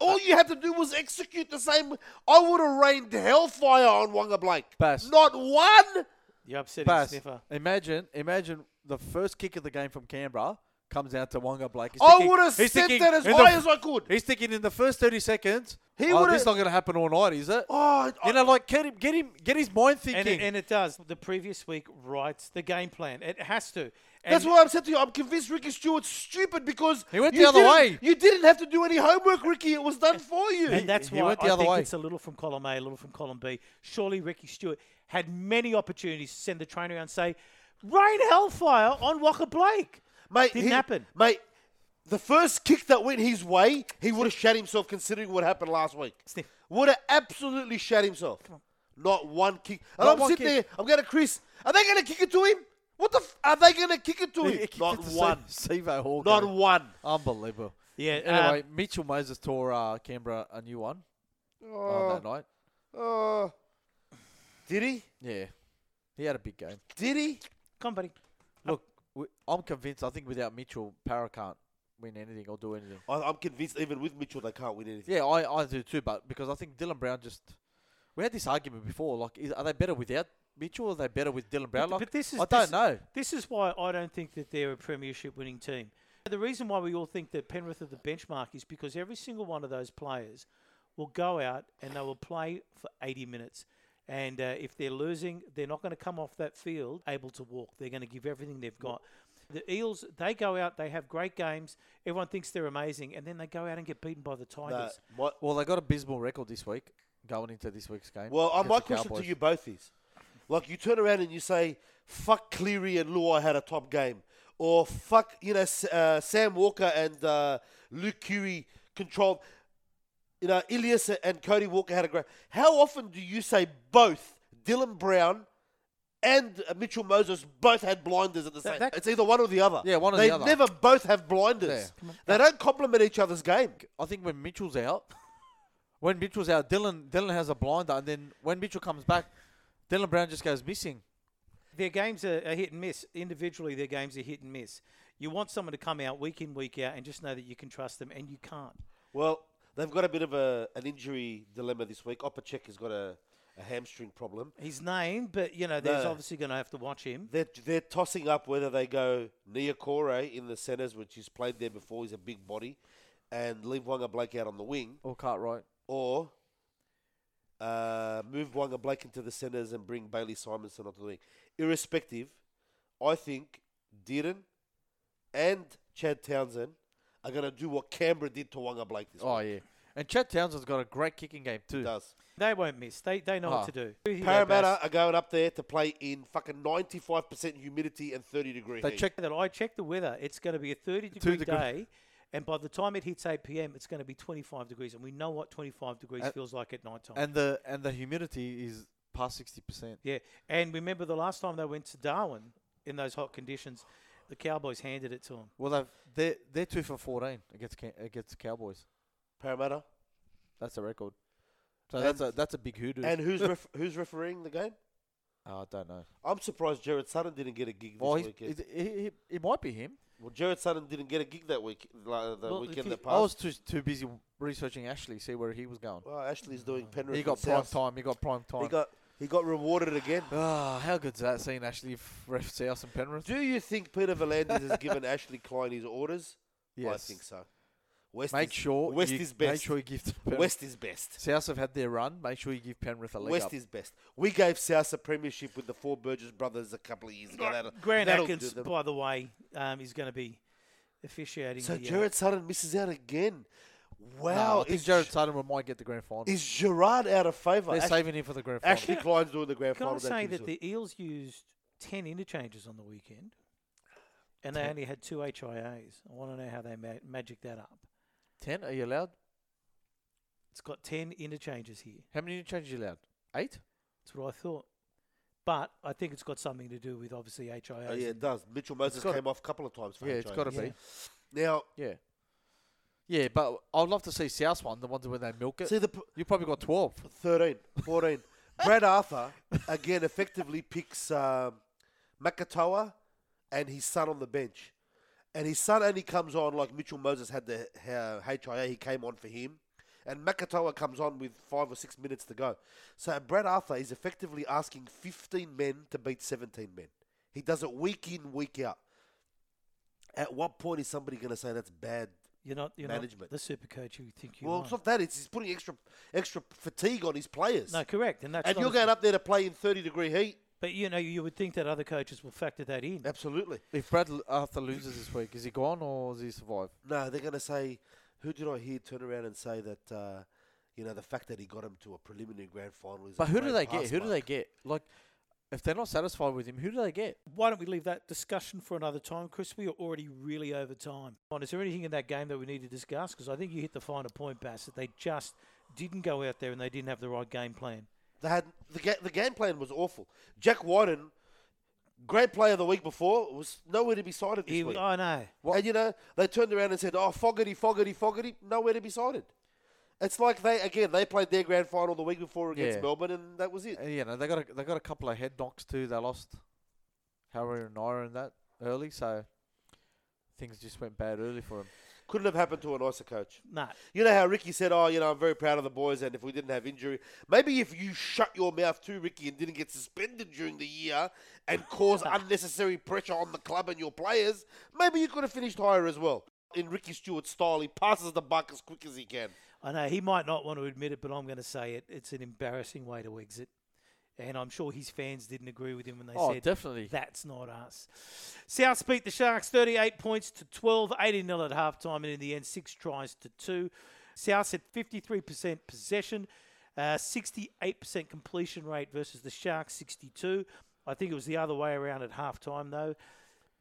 C: All you had to do was execute the same. I would have rained hellfire on Wanga Blake.
D: Bass.
C: Not one.
B: You're upsetting
D: Bass,
B: Sniffer.
D: imagine, imagine the first kick of the game from Canberra comes out to Wonga Blake. He's
C: I
D: thinking-
C: would have
D: he's
C: sent
D: thinking
C: that as
D: in the
C: high
D: f-
C: as I could.
D: He's thinking in the first thirty seconds.
C: He
D: oh,
C: would've-
D: this is not going to happen all night, is it?
C: Oh, I-
D: you know, like get him, get him, get his mind
B: And
D: thinking.
B: it, and it does. The previous week writes the game plan. It has to. And
C: that's why I'm saying to you. I'm convinced Ricky Stewart's stupid because
D: He went
C: you
D: the other
C: didn't-
D: way.
C: You didn't have to do any homework, Ricky. It was done for you.
B: And that's
D: he
B: why
D: went the
B: I
D: other
B: think
D: way.
B: it's a little from column A, a little from column B. Surely Ricky Stewart had many opportunities to send the trainer out and say, "Rain hellfire on Walker Blake."
C: mate,
B: Didn't
C: he-
B: happen.
C: mate. The first kick that went his way, he would have shat himself considering what happened last week.
B: Sniff.
C: Would have absolutely shat himself. Not one kick. And
D: Not
C: I'm
D: one
C: sitting
D: kick.
C: there. I'm going to Chris. Are they going to kick it to him? What the? F- are they going to kick it to
D: He
C: him?
D: kicked
C: Not
D: it to
C: one.
D: Se- Sevo Hall.
C: Not
D: game.
C: one. Uh,
D: Unbelievable.
B: Yeah.
D: Anyway, Mitchell Moses tore uh, Canberra a new one
C: Oh.
D: on that night.
C: Uh, did he?
D: Yeah, he had a big game.
C: Did he?
B: come, buddy.
D: Look, we, I'm convinced. I think without Mitchell, Para can't win anything or do anything.
C: I, I'm convinced even with Mitchell they can't win anything.
D: Yeah, I, I do too, but because I think Dylan Brown just we had this argument before. Like, is, are they better without Mitchell? Or are they better with Dylan Brown?
B: But-
D: Like,
B: but this is-
D: I
B: this-
D: don't know.
B: This is why I don't think that they're a premiership winning team. The reason why we all think that Penrith are the benchmark is because every single one of those players will go out and they will play for 80 minutes. And uh, if they're losing, they're not going to come off that field able to walk. They're going to give everything they've got. The Eels, they go out, they have great games. Everyone thinks they're amazing. And then they go out and get beaten by the
C: No,
B: Tigers.
C: my,
D: Well, they got a abysmal record this week going into this week's game.
C: well, uh,
D: against
C: my
D: the
C: question to
D: Cowboys.
C: you both is, like, you turn around and you say, "Fuck Cleary and Luai had a top game," or "Fuck you know S- uh, Sam Walker and uh, Luke Curry controlled." You know, Ilias and Cody Walker had a great. How often do you say both Dylan Brown and uh, Mitchell Moses both had blinders at the same?
B: that-
C: it's either one or the other.
D: Yeah, one or
C: they
D: the other.
C: never both have blinders.
D: Yeah. Uh,
C: They don't complement each other's game.
D: I think when Mitchell's out, when Mitchell's out, Dylan Dylan has a blinder, and then when Mitchell comes back, Dylan Brown just goes missing.
B: Their games are, are hit and miss. Individually, their games are hit and miss. You want someone to come out week in, week out, and just know that you can trust them, and you can't.
C: Well, they've got a bit of a, an injury dilemma this week. Opacek has got a, a hamstring problem.
B: His name, but you know, there's
C: No.
B: obviously going to have to watch him.
C: They're, they're tossing up whether they go Niokore in the centres, which he's played there before. He's a big body, and leave Wanga Blake out on the wing,
D: Or Cartwright.
C: or uh, move Wanga Blake into the centres and bring Bailey Simonson onto the wing. Irrespective, I think Dearden and Chad Townsend are going to do what Canberra did to Wanga Blake this
D: Oh
C: week.
D: yeah, and Chad Townsend's got a great kicking game too.
C: Does.
B: They won't miss. They they know
D: Ah.
B: what to do. Here you go,
C: Parramatta
B: Bass.
C: are going up there to play in fucking 95% humidity and 30 degree
D: They
C: heat.
D: check
B: That I checked the weather. It's going to be a 30 degree
D: degree-
B: day, and by the time it hits 8 p.m., it's going to be 25 degrees, and we know what 25 degrees
D: And-
B: feels like at night time.
D: and the and the humidity is past sixty percent.
B: yeah, and remember the last time they went to Darwin in those hot conditions, the Cowboys handed it to them.
D: Well, they've they're they're two for fourteen against Ca- against the Cowboys.
C: Parramatta.
D: That's the record. So
C: And-
D: that's a that's a big hoodoo.
C: And who's ref- who's refereeing the game?
D: oh, I don't know.
C: I'm surprised Jared Sutton didn't get a gig this
D: Well, he's,
C: weekend.
D: it- he, he, it might be him.
C: well, Jared Sutton didn't get a gig that week, like, the
B: Well, if
C: weekend
B: he-
C: that
D: I
C: passed.
D: was too too busy researching Ashley, see where he was going.
C: well, Ashley's doing Penrith.
D: he got
C: and
D: prime
C: South.
D: time. He got prime time.
C: He got he got rewarded again.
D: Ah, how good's that seeing Ashley f- ref South and Penrith?
C: Do you think Peter Volandis has given Ashley Klein his orders? I think so. West
D: Make
C: is,
D: sure
C: West
D: you,
C: is best.
D: Make sure you give the Penrith.
C: West is best.
D: South have had their run. Make sure you give Penrith a leg
C: West
D: up.
C: is best. We gave South a premiership with the four Burgess brothers a couple of years ago. That'll-
B: Grant
C: that'll
B: Atkins,
C: do them.
B: by the way, um, is going to be officiating.
C: So
B: the, uh,
C: Jared Sutton misses out again.
D: No,
C: Wow.
D: I think
C: is,
D: Jared Sutton might get the grand final.
C: is Gerard out of favour?
D: They're
C: Ash-
D: saving him for the grand final.
C: Ashley Klein's doing the grand
B: Can I
C: final.
B: say that
C: Tuesday.
B: the Eels used 10 interchanges on the weekend and they
D: Ten.
B: only had two HIAs? I want to know how they ma- magic that up.
D: ten? Are you allowed?
B: It's got 10 interchanges here.
D: How many interchanges are you allowed? Eight.
B: That's what I thought. But I think it's got something to do with obviously HIAs.
C: Oh, yeah, it
B: and-
C: does. Mitchell Moses
D: gotta-
C: came off a couple of times. For
D: Yeah, it's got to
C: HIAs.
B: Yeah.
D: be.
C: Now,
D: Yeah. Yeah, but I'd love to see South one, the ones where they milk it.
C: see the p-
D: you probably got twelve.
C: 13, 14. Brad Arthur, again, effectively picks um, Makatoa and his son on the bench. And his son only comes on like Mitchell Moses had the uh, HIA, he came on for him. And Makatoa comes on with five or six minutes to go. So Brad Arthur is effectively asking 15 men to beat 17 men. He does it week in, week out. At what point is somebody going to say that's bad?
B: You're not, you're
C: Management.
B: not the super coach you think you
C: well,
B: are.
C: it's not that. It's he's putting extra extra fatigue on his players
B: No, correct. And that's
C: and
B: not
C: you're
B: as-
C: going up there to play in 30 degree heat.
B: But you know, you would think that other coaches will factor that in.
C: Absolutely.
D: If Brad L- Arthur loses this week, is he gone or does he survive?
C: No, they're going to say, who did I hear turn around and say that, uh, you know, the fact that he got him to a preliminary grand final is. a
D: But who do
C: great
D: they get?
C: pass
D: Who do they
C: mark.
D: get? Like, if they're not satisfied with him, who do they get?
B: Why don't we leave that discussion for another time, Chris? We are already really over time. Come on, Is there anything in that game that we need to discuss? Because I think you hit the finer point, Bass, that they just didn't go out there and they didn't have the right game plan.
C: They had the, ga- the game plan was awful. Jack Wyden, great player the week before, was nowhere to be sighted this
B: He-
C: week.
B: I know.
C: And you know, they turned around and said, "Oh, Fogarty, Fogarty, Fogarty, nowhere to be sighted." It's like they again they played their grand final the week before against
D: Yeah.
C: Melbourne, and that was it.
D: And, Uh, you know, they got a, they got a couple of head knocks too. They lost Harry and Naira and that early, so things just went bad early for him.
C: Couldn't have happened to a nicer coach.
B: No.
C: You know how Ricky said, "Oh, you know, I'm very proud of the boys," and if we didn't have injury, maybe if you shut your mouth too, Ricky, and didn't get suspended during the year and cause unnecessary pressure on the club and your players, maybe you could have finished higher as well. In Ricky Stewart's style, he passes the buck as quick as he can.
B: I know he might not want to admit it, but I'm going to say it. It's an embarrassing way to exit, and I'm sure his fans didn't agree with him when they
D: Oh,
B: said
D: definitely.
B: that's not us. Souths beat the Sharks 38 points to 12, 18 0 at halftime, and in the end, six tries to two. Souths had 53% possession, uh, 68% completion rate versus the Sharks 62. I think it was the other way around at halftime, though.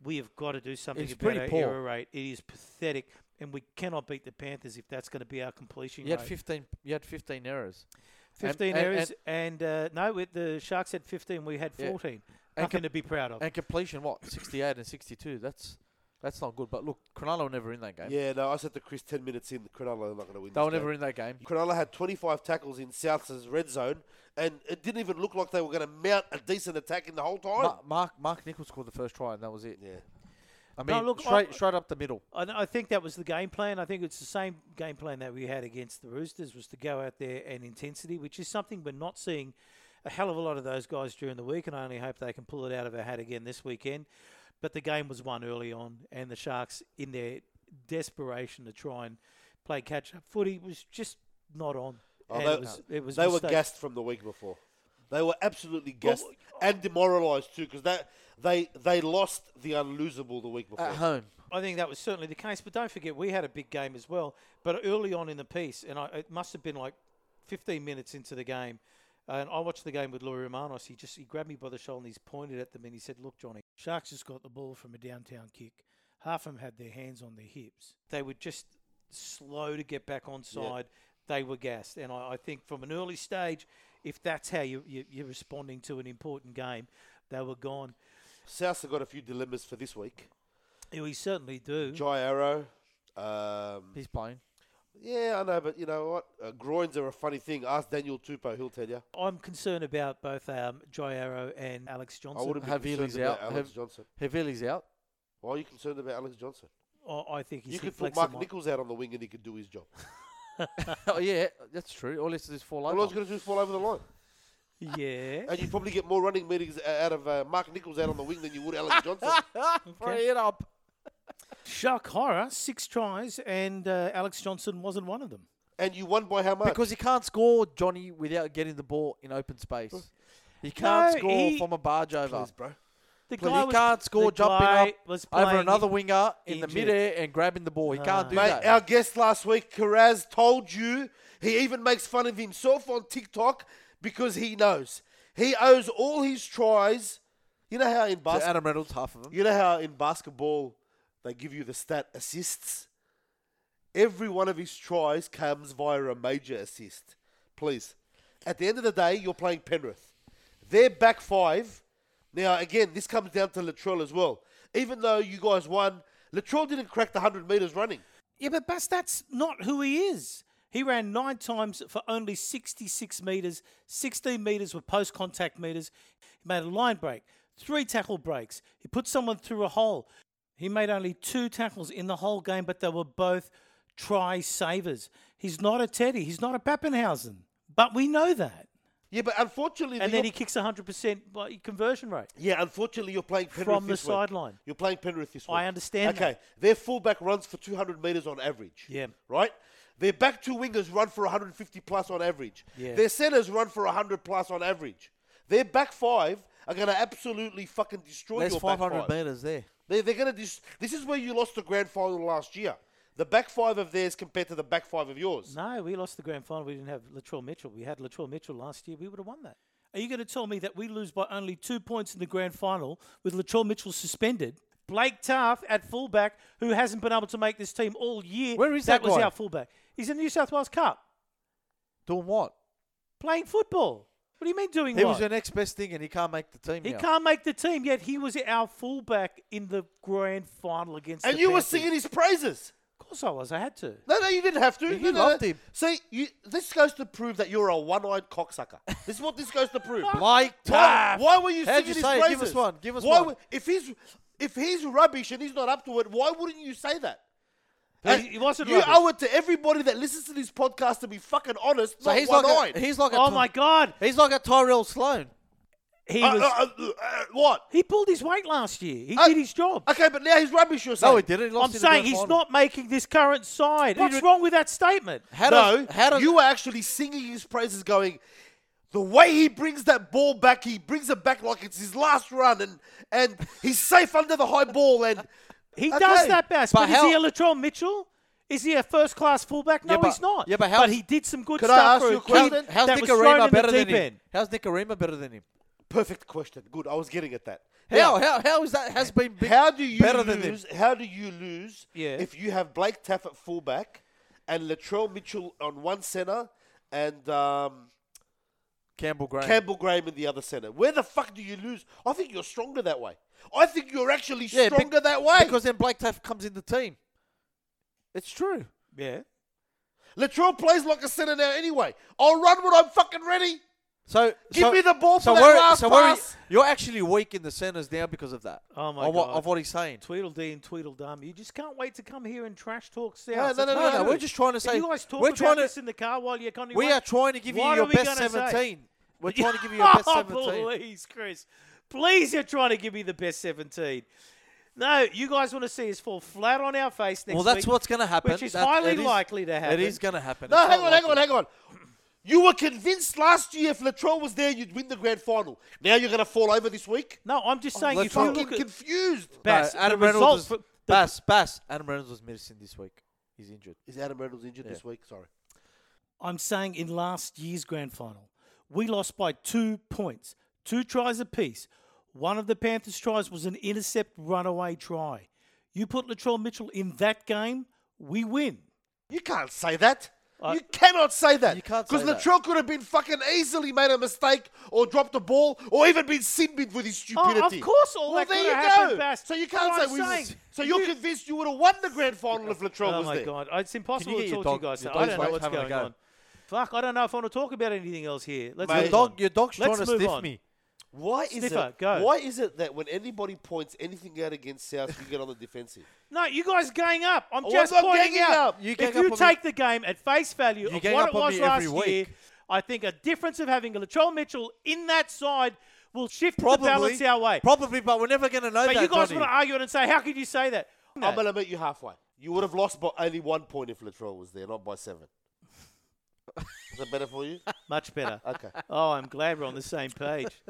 B: We have got to do something
D: It's
B: about
D: pretty
B: our
D: poor.
B: error rate. It is pathetic, and we cannot beat the Panthers if that's going to be our completion
D: You had
B: rate.
D: fifteen. You had fifteen errors.
B: 15
D: and-
B: errors, and, uh, no, with the Sharks had 15, we had
D: Yeah.
B: 14.
D: And
B: Nothing to be proud of.
D: And completion, what sixty-eight and sixty-two. That's that's not good. But look, Cronulla were never in that game.
C: Yeah, no, I said to Chris ten minutes in, Cronulla are not going to win.
D: they were
C: this
D: never
C: game.
D: in that game.
C: Cronulla had 25 tackles in South's red zone, and it didn't even look like they were going to mount a decent attack in the whole time.
D: Ma- Mark Mark Nichols scored the first try, and that was it.
C: Yeah.
D: I
B: No,
D: mean,
B: look,
D: straight
B: I-
D: straight up the middle.
B: I, I think that was the game plan. I think it's the same game plan that we had against the Roosters was to go out there and intensity, which is something we're not seeing a hell of a lot of those guys during the week, and I only hope they can pull it out of their hat again this weekend. But the game was won early on, and the Sharks, in their desperation to try and play catch up footy, was just not on.
C: Oh,
B: And
C: they-
B: it was, it was
C: They were
B: mistakes.
C: gassed from the week before. They were absolutely gassed
B: Well,
C: and demoralised too, because that they they lost the unlosable the week before.
D: At home,
B: I think that was certainly the case. But don't forget, we had a big game as well. But early on in the piece, and I, it must have been like 15 minutes into the game, and I watched the game with Louis Romanos. He just he grabbed me by the shoulder and he's pointed at them and he said, "Look, Johnny, Sharks just got the ball from a downtown kick. Half of them had their hands on their hips. They were just slow to get back on side. They were gassed, and I, I think from an early stage, if that's how you, you, you're responding to an important game, they were gone.
C: South have got a few dilemmas for this week.
B: We certainly do.
C: Jai Arrow, um,
D: he's playing.
C: Yeah, I know, but you know what? Uh, groins are a funny thing. Ask Daniel Tupou, he'll tell you.
B: I'm concerned about both um, Jai Arrow and Alex
C: I
B: Johnson.
C: wouldn't be
D: Havili's
C: concerned about
D: out.
C: Alex
D: Hav-
C: Johnson.
D: Havili's out.
C: Why are you concerned about Alex Johnson?
B: I, I think he's
C: you could put
B: flexible.
C: Mark Nichols out on the wing and he could do his job.
D: oh yeah, that's true. All he has to do is fall
C: All I
D: over.
C: was going to do is fall over the line.
B: Yeah.
C: And you'd probably get more running meetings uh, out of uh, Mark Nichols out on the wing than you would Alex Johnson.
D: Free it up.
B: Shock horror, six tries, and uh, Alex Johnson wasn't one of them.
C: And you won by how much?
D: Because he can't score, Johnny, without getting the ball in open space. He can't
B: No,
D: score
B: he-
D: from a barge over.
C: Please, bro.
B: The
D: He can't score jumping
B: guy
D: up
B: was
D: over
B: playing
D: another
B: in-
D: winger in the
B: injured.
D: midair and grabbing the ball. He can't do
C: Mate,
D: that.
C: our guest last week, Karaz, told you he even makes fun of himself on TikTok because he knows he owes all his tries. You know how in
D: So
C: basketball,
D: Adam Reynolds, half of them.
C: you know how in basketball they give you the stat assists. Every one of his tries comes via a major assist. Please, at the end of the day, you're playing Penrith. Their back five. Now, again, this comes down to Latrell as well. Even though you guys won, Latrell didn't crack the hundred meters running.
B: Yeah, but Bas, that's not who he is. He ran nine times for only 66 metres. 16 metres were post contact metres. He made a line break, three tackle breaks. He put someone through a hole. He made only two tackles in the whole game, but they were both try savers. He's not a Teddy. He's not a Pappenhausen. But we know that.
C: Yeah, but unfortunately,
B: And
C: the
B: then he kicks 100% by- conversion rate.
C: Yeah, unfortunately, you're playing Penrith
B: From the
C: this week.
B: sideline.
C: You're playing Penrith this week.
B: I understand
C: Okay, their fullback runs for 200 meters on average.
B: Yeah.
C: Right. Their back two wingers run for 150 plus on average.
B: Yeah.
C: Their centers run for 100 plus on average. Their back five are going to absolutely fucking destroy
D: There's
C: your back
D: 500
C: five.
D: metres there.
C: They, they're going to. Dis- this is where you lost the grand final last year. The back five of theirs compared to the back five of yours.
B: No, we lost the grand final. We didn't have Latrell Mitchell. We had Latrell Mitchell last year. We would have won that. Are you going to tell me that we lose by only two points in the grand final with Latrell Mitchell suspended? Blake Taff at fullback, who hasn't been able to make this team all year.
D: Where is that
B: was
D: guy?
B: our fullback. He's in the New South Wales Cup
D: Doing what?
B: playing football. What do you mean doing
D: He
B: what?
D: was the next best thing, and he can't make the team.
B: he
D: now.
B: can't make the team yet. He was our fullback in the grand final against.
C: And
B: the
C: you were
B: Panthers.
C: singing his praises.
B: Of course, I was. I had to.
C: No, no, you didn't have to.
D: You
C: no, no,
D: loved
C: no.
D: him.
C: See, you, this goes to prove that you're a one-eyed cocksucker. this is what this goes to prove.
D: Blake
C: why,
D: Taff.
C: why were you
D: How'd
C: singing
D: you
C: his
D: say it?
C: praises?
D: Give us one. Give us
C: why
D: one.
C: Would, if he's if he's rubbish and he's not up to it, why wouldn't you say that?
B: But
C: And
B: he- he wasn't
C: You
B: rubbish.
C: owe it to everybody that listens to this podcast to be fucking honest.
D: So
C: not
D: he's like
C: one-eyed.
D: a, he's like a
B: Oh
D: Ty-
B: my God!
D: he's like a Tyrell Sloan.
B: He
C: Uh,
B: was.
C: uh, uh, uh, what?
B: he pulled his weight last year. He
C: Uh,
B: did his job.
C: Okay, but now he's rubbish. You're saying?
D: No, he didn't. He
B: I'm
D: lost in the
B: saying
D: grand
B: he's
D: final.
B: not making this current side. What's
D: did-
B: wrong with that statement?
D: How
C: no,
D: does, how does,
C: you were actually singing his praises, going, the way he brings that ball back, he brings it back like it's his last run, and and he's safe under the high ball, and
B: He
C: Okay.
B: does that best, but,
D: But
B: is he a
D: how-
B: Latrell Mitchell? Is he a first class fullback? No,
D: Yeah, but-
B: he's not.
D: yeah, but how's-
B: he did some good
C: Could I
B: stuff
C: ask
B: for a
C: you a
B: kid
C: question?
D: how's
B: that was thrown
D: Nicarima
B: in the
D: better than
B: deep
D: him?
B: end.
D: How's Nicarima better than him?
C: perfect question. Good, I was getting at that.
D: How how how is that has been big,
C: How do you
D: better
C: lose?
D: than him?
C: How do you lose?
B: Yeah.
C: If you have Blake Taff at fullback, and Latrell Mitchell on one center, and um,
D: Campbell Graham?
C: Campbell Graham in the other center, where the fuck do you lose? I think you're stronger that way. I think you're actually
D: Yeah, bec-
C: stronger that way.
D: because then Blake Taff comes in the team. It's true.
B: Yeah.
C: Latrell plays like a center now anyway. I'll run when I'm fucking ready.
D: So
C: Give
D: so-
C: me the ball for
D: so
C: that
D: where,
C: last
D: so where are
C: pass.
D: you, are actually weak in the centers now because of that.
B: Oh my
D: of what,
B: God.
D: Of what he's saying.
B: Tweedledee and Tweedledum, you just can't wait to come here and trash talk South.
C: no,
B: That's
C: no,
D: No,
B: what
D: no,
B: we do.
D: we're just trying to
B: If
D: say
B: you guys talk
D: we're
B: about
D: trying
B: this
D: to
B: in the car while you're on your
D: we
B: way-
D: are trying to give you
B: What are
D: your
B: we
D: best
B: gonna say?
D: seventeen. We're trying to give you your best seventeen.
B: Oh, please, Chris. Please, you're trying to give me the best 17. No, you guys want to see us fall flat on our face next
D: Well, that's
B: week,
D: what's going to happen.
B: Which is
D: That-
B: highly
D: it is-
B: likely to happen.
D: It is going to happen.
C: No,
D: It's
C: hang
D: not
C: on, hang on,
D: likely.
C: hang on. You were convinced last year if Latrell was there, you'd win the grand final. Now you're going to fall over this week?
B: No, I'm just saying. if you
D: Latrell-
B: look
C: Fucking
B: at
C: confused.
B: Bass,
D: no, Adam
B: the result
D: Reynolds.
B: for-
D: Was,
B: the-
D: Bass, Bass. Adam Reynolds was missing this week. He's injured.
C: Is Adam Reynolds injured this week? Sorry.
B: I'm saying in last year's grand final, we lost by two points, two tries apiece. One of the Panthers' tries was an intercept runaway try. You put Latrell Mitchell in that game, we win.
C: You can't say that.
B: I-
C: you cannot say that.
D: You can't
C: Because
D: say that.
C: Latrell could have been fucking easily made a mistake or dropped a ball or even been sinbid with his stupidity.
B: Oh, of course all
C: well,
B: that
C: there
B: could
C: you
B: have happened,
C: go.
B: Bass.
C: So you
B: But
C: can't
B: I'm
C: say we was-
B: saying,
C: So you're convinced you would have won the grand final if Latrell
B: Oh
C: was
B: my
C: there.
B: god, it's impossible
D: get
B: to talk
D: your
B: to you
D: dog-
B: guys.
D: your
B: now. I
D: dog's
B: don't know
D: mate
B: what's
D: having a
B: going
D: go?
B: on. Fuck, I don't know if I want to talk about anything else here. Let's
C: Mate.
B: move
D: Your
B: on.
D: dog, your dog's
B: Let's
D: trying to
B: move
D: sniff
B: on.
D: me.
C: Why is
B: Sniffer,
C: it?
B: go.
C: Why is it that when anybody points anything out against South, you get on the defensive?
B: No, you guys gang up. I'm
C: Oh,
B: just
C: I'm not
B: pointing
C: ganging
B: out.
C: up.
D: You
B: if
D: gang
B: you
D: up on
B: take the game at face value
D: You
B: of
D: gang
B: what it
D: up on
B: was
D: me
B: last
D: every
B: year,
D: week.
B: I think a difference of having a Latrell Mitchell in that side will shift
D: Probably,
B: the balance our way.
D: probably, but we're never going to know
B: but
D: that.
B: you guys
D: Johnny.
B: want to argue it and say, how could you say that?
C: I'm gonna meet you halfway. You would have lost by only one point if Latrell was there, not by seven. is that better for you?
B: Much better.
C: Okay.
B: Oh, I'm glad we're on the same page.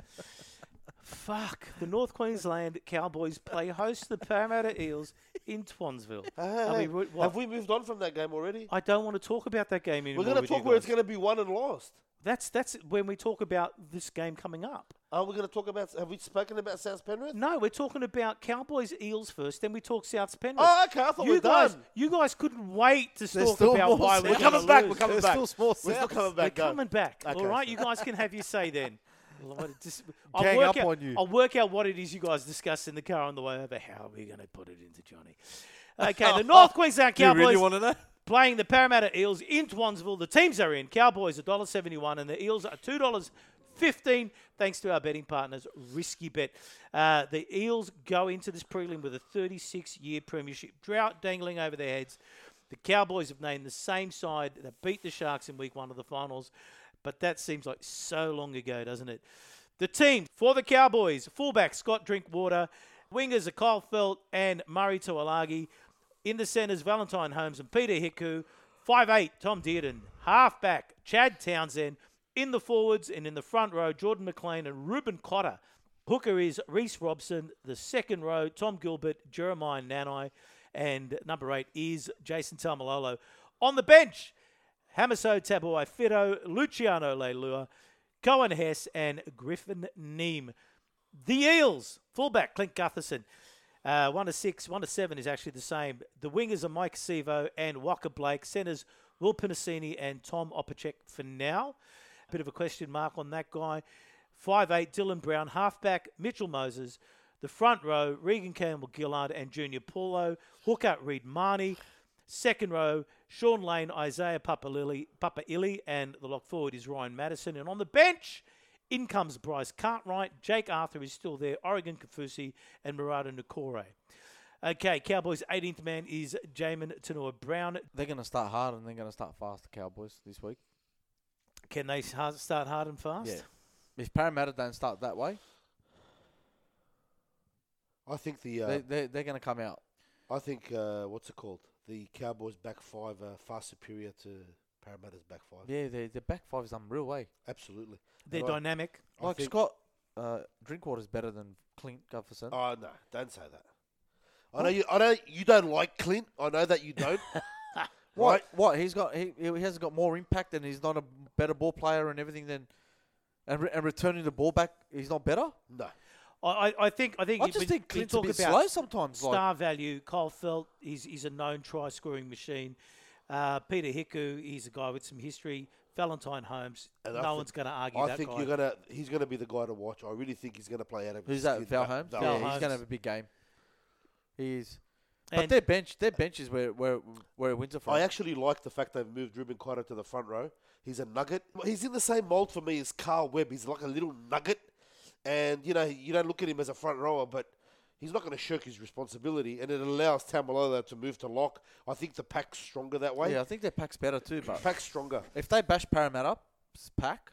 B: Fuck. The North Queensland Cowboys play host to the Parramatta Eels in Twansville. I mean, what-
C: have we moved on from that game already?
B: I don't want to talk about that game anymore.
C: We're gonna
B: with you
C: talk where it's
B: guys.
C: gonna be won and lost.
B: That's that's when we talk about this game coming up.
C: Are we gonna talk about? Have we spoken about South Penrith?
B: No, we're talking about Cowboys Eels first, then we talk South's Penrith.
C: Oh, okay. I thought
B: you
C: we're
B: guys,
C: done.
B: you guys couldn't wait to
D: There's
B: talk
D: still
B: about
D: more
B: why we're
D: Souths.
B: gonna
C: coming back, we're
B: lose.
C: coming
D: There's
C: back.
D: still small
C: We're still
D: Souths.
C: coming
B: We're
C: back. go.
B: coming back.
C: Okay,
B: all right,
C: so-
B: you guys can have your say then. Well, what it dis- I'll
D: Gang
B: work
D: up
B: out,
D: on you.
B: I'll work out what it is you guys discussed in the car on the way over. How are we going to put it into Johnny? Okay, the North Queensland
D: Oh, Do you
B: Cowboys
D: really want to know?
B: playing the Parramatta Eels in Twansville. The teams are in. Cowboys $1.71 and the Eels are $2.15 thanks to our betting partners, Risky Bet. Uh, the Eels go into this prelim with a 36-year premiership drought dangling over their heads. The Cowboys have named the same side that beat the Sharks in week one of the finals, but that seems like so long ago, doesn't it? The team for the Cowboys, fullback Scott Drinkwater, wingers are Kyle Felt and Murray Tuolagi. In the centres, Valentine Holmes and Peter Hiku. 5'8", Tom Dearden. Halfback, Chad Townsend. In the forwards and in the front row, Jordan McLean and Ruben Cotter. Hooker is Reese Robson. The second row, Tom Gilbert, Jeremiah Nanai. And number eight is Jason Tamalolo. On the bench, Hamaso Tabuai Fido, Luciano Leilua, Cohen Hess, and Griffin Neem. The Eels, fullback Clint Gutherson. Uh, one to six, one to seven is actually the same. The wingers are Mike Sevo and Walker Blake. Centers Will Pinasini and Tom Opacek for now. Bit of a question mark on that guy. Five eight Dylan Brown, halfback Mitchell Moses. The front row, Regan Campbell Gillard and Junior Paulo. Hooker Reed Marnie. Second row, Sean Lane, Isaiah Papalili, Papaili, and the lock forward is Ryan Madison. And on the bench, in comes Bryce Cartwright. Jake Arthur is still there. Oregon Kafusi and Murata Nakore. Okay, Cowboys' 18th man is Jamin Tanoa Brown.
D: They're going to start hard and they're going to start fast, the Cowboys, this week.
B: Can they ha- start hard and fast?
D: If Parramatta don't start that way,
C: I think the. Uh,
D: they, they, they're going to come out.
C: I think uh, what's it called? The Cowboys back five are far superior to Parramatta's back five.
D: Yeah, they, their back five is unreal, eh?
C: Absolutely.
B: They're
C: Right.
B: dynamic.
C: I
D: Like
C: think-
D: Scott, uh, Drinkwater's better than Clint Gutherson.
C: Oh no, don't say that. I know you. I know you don't like Clint. I know that you don't.
D: What?
C: right?
D: What? He's got. He, he hasn't got more impact, and he's not a better ball player and everything than, and, re- and returning the ball back, he's not better.
C: No.
B: I, I- I think. I think.
D: I
B: if
D: just
B: we-
D: think
B: we
D: Clint's a
B: talk
D: bit
B: about
D: slow sometimes. Like,
B: star value. Kyle Felt, he's, he's a known try scoring machine. Uh, Peter Hiku, he's a guy with some history. Valentine Holmes,
C: And I
B: no
C: think-
B: one's going to argue
C: I
B: that
C: think
B: guy.
C: you're gonna. He's gonna be the guy to watch. I really think he's gonna play out of.
D: who's
C: his
D: that?
C: skin.
D: Val Holmes.
C: Val
D: yeah,
C: Holmes.
D: he's
B: Holmes.
D: gonna have a big game. He is.
B: And-
D: but their bench, their bench is where where where it wins it from.
C: I actually like the fact they've moved Ruben Cotter to the front row. He's a nugget. He's in the same mold for me as Carl Webb. He's like a little nugget, and you know you don't look at him as a front rower, but he's not going to shirk his responsibility, and it allows Tamalolo to move to lock. I think the pack's stronger that way.
D: yeah, I think their pack's better too. But
C: Pack's stronger.
D: if they bash Parramatta, s- pack,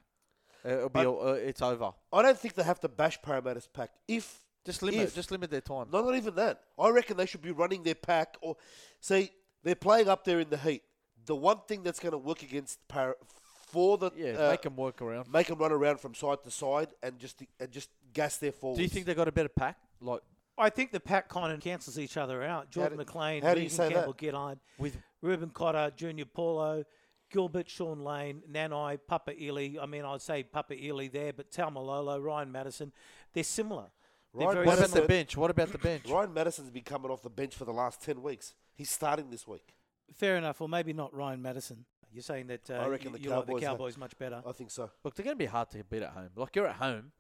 D: uh, it'll be
C: But-
D: all- uh, it's over.
C: I don't think they have to bash Parramatta's pack. If
D: Just limit,
C: If-
D: just limit their time.
C: No, not even that. I reckon they should be running their pack. Or see, they're playing up there in the heat. The one thing that's going to work against Par- for the
D: yeah,
C: uh,
D: make them work around.
C: make 'em run around from side to side and just and just gas their forwards.
D: Do you think they got a better pack? Like
B: I think the pack kind of cancels each other out. Jordan
C: do-
B: McLean,
C: how do you
B: Regan
C: say that?
B: Campbell Gittine,
D: with
B: Ruben Cotter, Junior Paulo, Gilbert, Sean Lane, Nanai, Papa Ely. I mean, I'd say Papa Ely there, but Talmalolo, Ryan Madison, they're similar. They're
C: Ryan
B: very
D: what about
B: similar.
D: the bench? What about the bench?
C: Ryan Madison's been coming off the bench for the last ten weeks? He's starting this week.
E: Fair enough, or maybe not Ryan Madison.
B: You're saying that uh,
C: I reckon
B: you,
C: the
B: you like the
C: Cowboys have-
B: Cowboys much better.
C: I think so.
D: Look, they're going to be hard to beat at home. Like you're at home,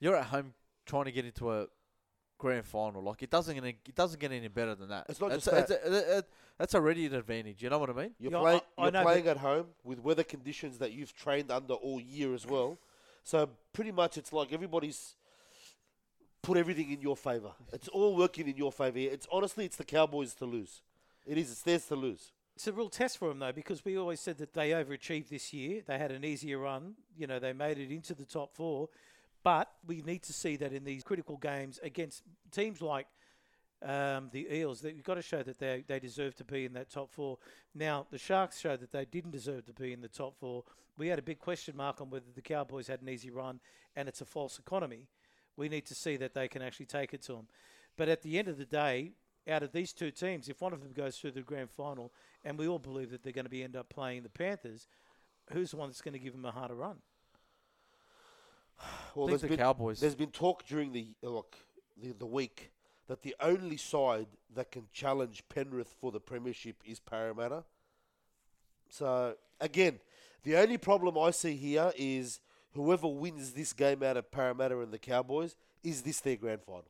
D: you're at home trying to get into a grand final. Like it doesn't gonna, it doesn't get any better than that.
C: It's not
D: that's
C: just
D: a- it's a- it- it- that's already an advantage. You know what I mean?
C: You're,
B: Yeah,
C: playing,
B: I- I
C: you're
B: know,
C: playing at home with weather conditions that you've trained under all year as well. So pretty much it's like everybody's put everything in your favour. It's all working in your favour. here. It's honestly, it's the Cowboys to lose. It is. It's theirs to lose.
B: It's a real test for them though, because we always said that they overachieved this year. They had an easier run. You know, they made it into the top four, but we need to see that in these critical games against teams like um, the Eels. That you've got to show that they they deserve to be in that top four. Now the Sharks showed that they didn't deserve to be in the top four. We had a big question mark on whether the Cowboys had an easy run, and it's a false economy. We need to see that they can actually take it to them. But at the end of the day, out of these two teams, if one of them goes through the grand final, and we all believe that they're going to be end up playing the Panthers, who's the one that's going to give them a harder run?
C: Well,
D: I think
C: there's
D: the
C: been,
D: Cowboys.
C: there's been talk during the uh, look the, the week that the only side that can challenge Penrith for the premiership is Parramatta. So again, the only problem I see here is whoever wins this game out of Parramatta and the Cowboys is this their grand final.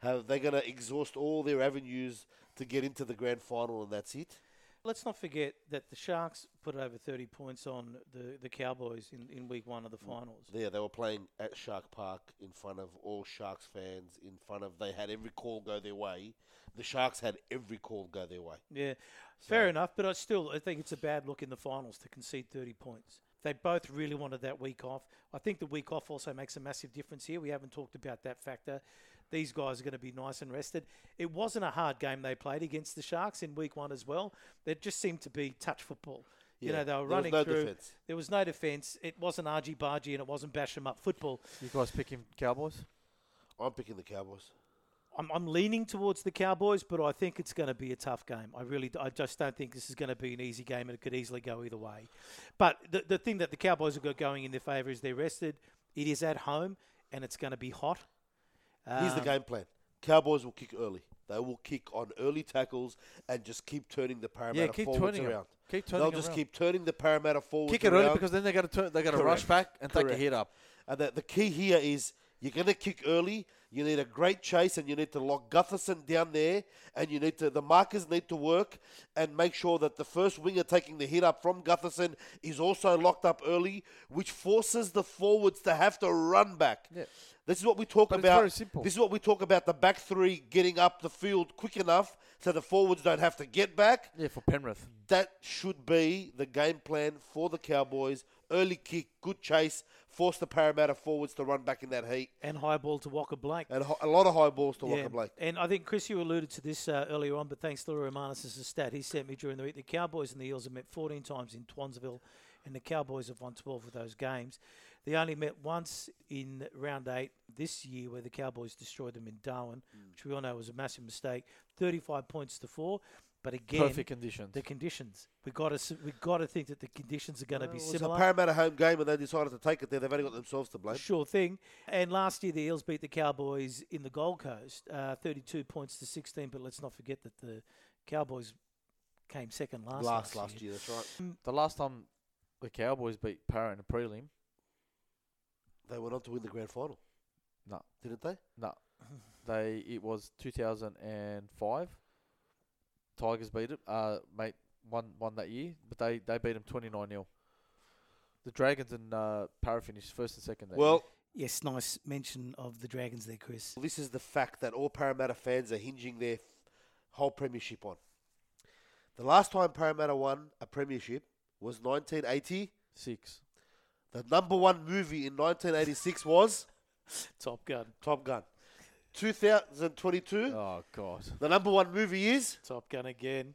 C: Have they going to exhaust all their avenues to get into the grand final and that's it?
B: Let's not forget that the Sharks put over 30 points on the, the Cowboys in, in week one of the finals.
C: Yeah, they were playing at Shark Park in front of all Sharks fans. In front of they had every call go their way. The Sharks had every call go their way.
B: Yeah, fair enough, but I still I think it's a bad look in the finals to concede 30 points. They both really wanted that week off. I think the week off also makes a massive difference here. We haven't talked about that factor. These guys are going to be nice and rested. It wasn't a hard game they played against the Sharks in week one as well. It just seemed to be touch football. you know,
C: Yeah,
B: they
C: there
B: were
C: was
B: running
C: no
B: through.
C: defence.
B: There was no defence. It wasn't argy bargy and it wasn't bash 'em up football.
D: you guys picking Cowboys?
C: I'm picking the Cowboys.
B: I'm, I'm leaning towards the Cowboys, but I think it's going to be a tough game. I really, d- I just don't think this is going to be an easy game, and it could easily go either way. But the the thing that the Cowboys have got going in their favour is they're rested. It is at home, and it's going to be hot.
C: Here's the
B: Um,
C: game plan: Cowboys will kick early. They will kick on early tackles and just keep turning the Parramatta
D: keep
C: forwards
D: turning 'em.
C: around.
D: Keep turning.
C: They'll just
D: around.
C: keep turning the Parramatta forwards.
D: kick it
C: around.
D: early because then they're going to turn. They're going to rush
C: Correct.
D: back and take
C: Correct.
D: a hit up.
C: And Uh, the, the key here is you're going to kick early. You need a great chase, and you need to lock Gutherson down there, and you need to the markers need to work and make sure that the first winger taking the hit up from Gutherson is also locked up early, which forces the forwards to have to run back.
D: Yeah.
C: This is what we talk
D: But it's
C: about.
D: very simple.
C: This is what we talk about: the back three getting up the field quick enough so the forwards don't have to get back.
D: Yeah, for Penrith.
C: That should be the game plan for the Cowboys. Early kick, good chase, force the Parramatta forwards to run back in that heat,
B: and high ball to Walker Blake.
C: and ho- a lot of high balls to
B: Yeah,
C: Walker Blake.
B: And I think Chris, you alluded to this uh, earlier on, but thanks to Leroy Romanis as a stat he sent me during the week. The Cowboys and the Eels have met 14 times in Twansville, and the Cowboys have won 12 of those games. They only met once in round eight this year, where the Cowboys destroyed them in Darwin,
C: Hmm.
B: which we all know was a massive mistake. 35 points to four, but again,
D: Perfect conditions.
B: the conditions. We got to we got to think that the conditions are going to
C: Well,
B: be
C: it was
B: similar.
C: a Parramatta home game, and they decided to take it there. They've only got themselves to blame.
B: Sure thing. And last year, the Eels beat the Cowboys in the Gold Coast, uh, 32 points to 16. But let's not forget that the Cowboys came second last
C: Last
B: last,
C: last year, that's right.
D: the last time the Cowboys beat Para in the prelim,
C: They went on to win the grand final.
D: No.
C: didn't they?
D: they it was 2005. Tigers beat it. Uh, mate, won won that year, but they they beat them 29 0 The Dragons and uh, Para finished first and second. That
C: Well,
E: Yes, nice mention of the Dragons there, Chris.
C: This is the fact that all Parramatta fans are hinging their f- whole premiership on. The last time Parramatta won a premiership was 1980.
D: year. six.
C: The number one movie in 1986 was
B: Top Gun.
C: Top Gun. 2022,
D: Oh God.
C: the number one movie is
B: Top Gun again.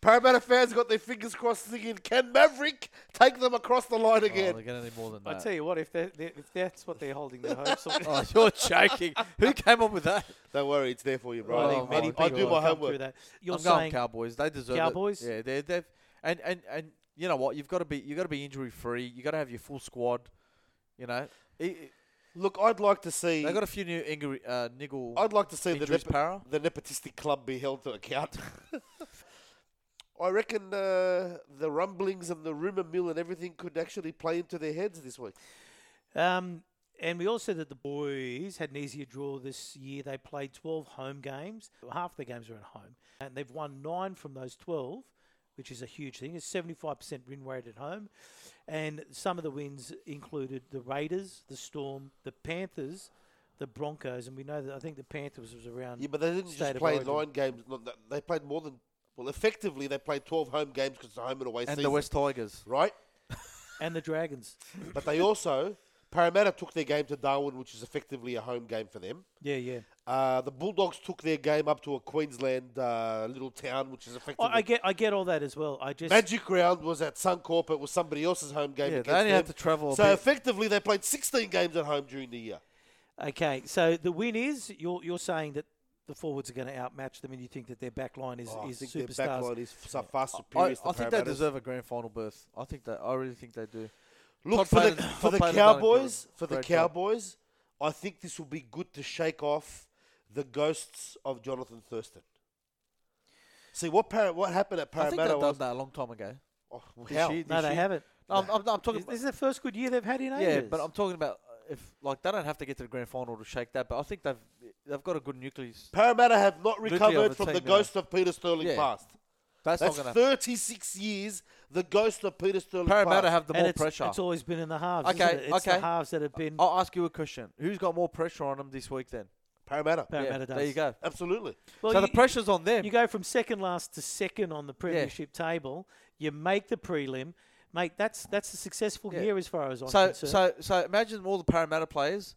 C: Parramatta fans got their fingers crossed thinking, can Maverick take them across the line
D: Oh,
C: again?
D: they're gonna need more than
B: I
D: that.
B: tell you what, if, they're, they're, if that's what they're holding their hopes on,
D: oh, you're joking. Who came up with that?
C: Don't worry, it's there for you, bro.
D: Oh,
B: I
C: I,
B: think
D: my
B: many
C: I
B: people
D: God.
C: do
B: will
C: my
B: come through
C: homework.
B: that. You're
D: I'm going
B: saying
D: Cowboys. They deserve
B: Cowboys?
D: it. Yeah, they're they've and and and you know what? You've got to be you got to be injury free. You got to have your full squad. You know, It- it-
C: Look, I'd like to see.
D: They got a few new ingri- uh, niggle.
C: I'd like to see the,
D: Injuries
C: nepo-
D: para.
C: the nepotistic club be held to account. I reckon uh, the rumblings and the rumour mill and everything could actually play into their heads this week.
B: Um, and we all said that the boys had an easier draw this year. They played 12 home games. Half the games are at home. And they've won nine from those 12, which is a huge thing. It's 75% win rate at home. And some of the wins included the Raiders, the Storm, the Panthers, the Broncos. And we know that I think the Panthers was around.
C: Yeah, but they didn't
B: State
C: just
B: of
C: play
B: origin.
C: nine games. no, th- They played more than well. Effectively, they played twelve home games because it's a home and away
D: and
C: season,
D: the West Tigers.
C: right?
B: And the Dragons.
C: But they also Parramatta took their game to Darwin, which is effectively a home game for them.
B: Yeah, yeah.
C: Uh, the Bulldogs took their game up to a Queensland uh, little town, which is effectively
B: I, I get I get all that as well. I just.
C: Magic Round was at Suncorp. It was somebody else's home game.
D: Yeah,
C: against
D: they only
C: them.
D: had to travel. A
C: So
D: bit.
C: effectively, they played 16 games at home during the year.
B: Okay, so the win is you're you're saying that the forwards are going to outmatch them, and you think that their back line is
C: Oh, I
B: is
C: think
B: superstars.
C: their back line is so far superior. to
D: I, I think they
C: Parramatta's.
D: deserve a grand final berth. I think that. I really think they do.
C: Look
D: Todd
C: for the,
D: Payton-
C: for
D: Todd
C: the
D: Payton done a
C: Cowboys.
D: great-
C: For the
D: great job.
C: Cowboys, I think this will be good to shake off the ghosts of Jonathan Thurston. See what Par- what happened at
D: I think they've
C: Parramatta
D: done
C: was
D: that a long time ago.
C: oh,
D: This
C: how?
D: year-
B: No,
D: this
B: they
D: year.
B: haven't.
D: No, I'm, I'm, I'm talking.
B: This is the first good year they've had in
D: about, yeah,
B: ages.
D: but I'm talking about uh, if like they don't have to get to the grand final to shake that. But I think they've they've got a good nucleus.
C: Parramatta have not
D: Literally
C: recovered
D: over
C: from
D: ten
C: the
D: minutes.
C: ghost of Peter Sterling
D: Yeah.
C: past.
D: That's,
C: That's
D: not gonna.
C: 36 years. The ghost of Peter Sterling
D: Parramatta
C: past.
D: have the
B: and
D: more
B: it's,
D: pressure.
B: it's always been in the halves.
D: Okay,
B: isn't it? It's the
D: okay. Oh,
B: halves that have been
D: I'll ask you a question. Who's got more pressure on them this week then?
C: Parramatta.
D: Yeah,
B: Parramatta does.
D: There you go.
C: Absolutely.
B: Well,
D: so
B: you,
D: the pressure's on them.
B: you go from second last to second on the premiership table. You make the prelim, mate. That's that's a successful
D: Yeah.
B: year as far as I'm
D: so
B: concerned.
D: so so imagine all the Parramatta players,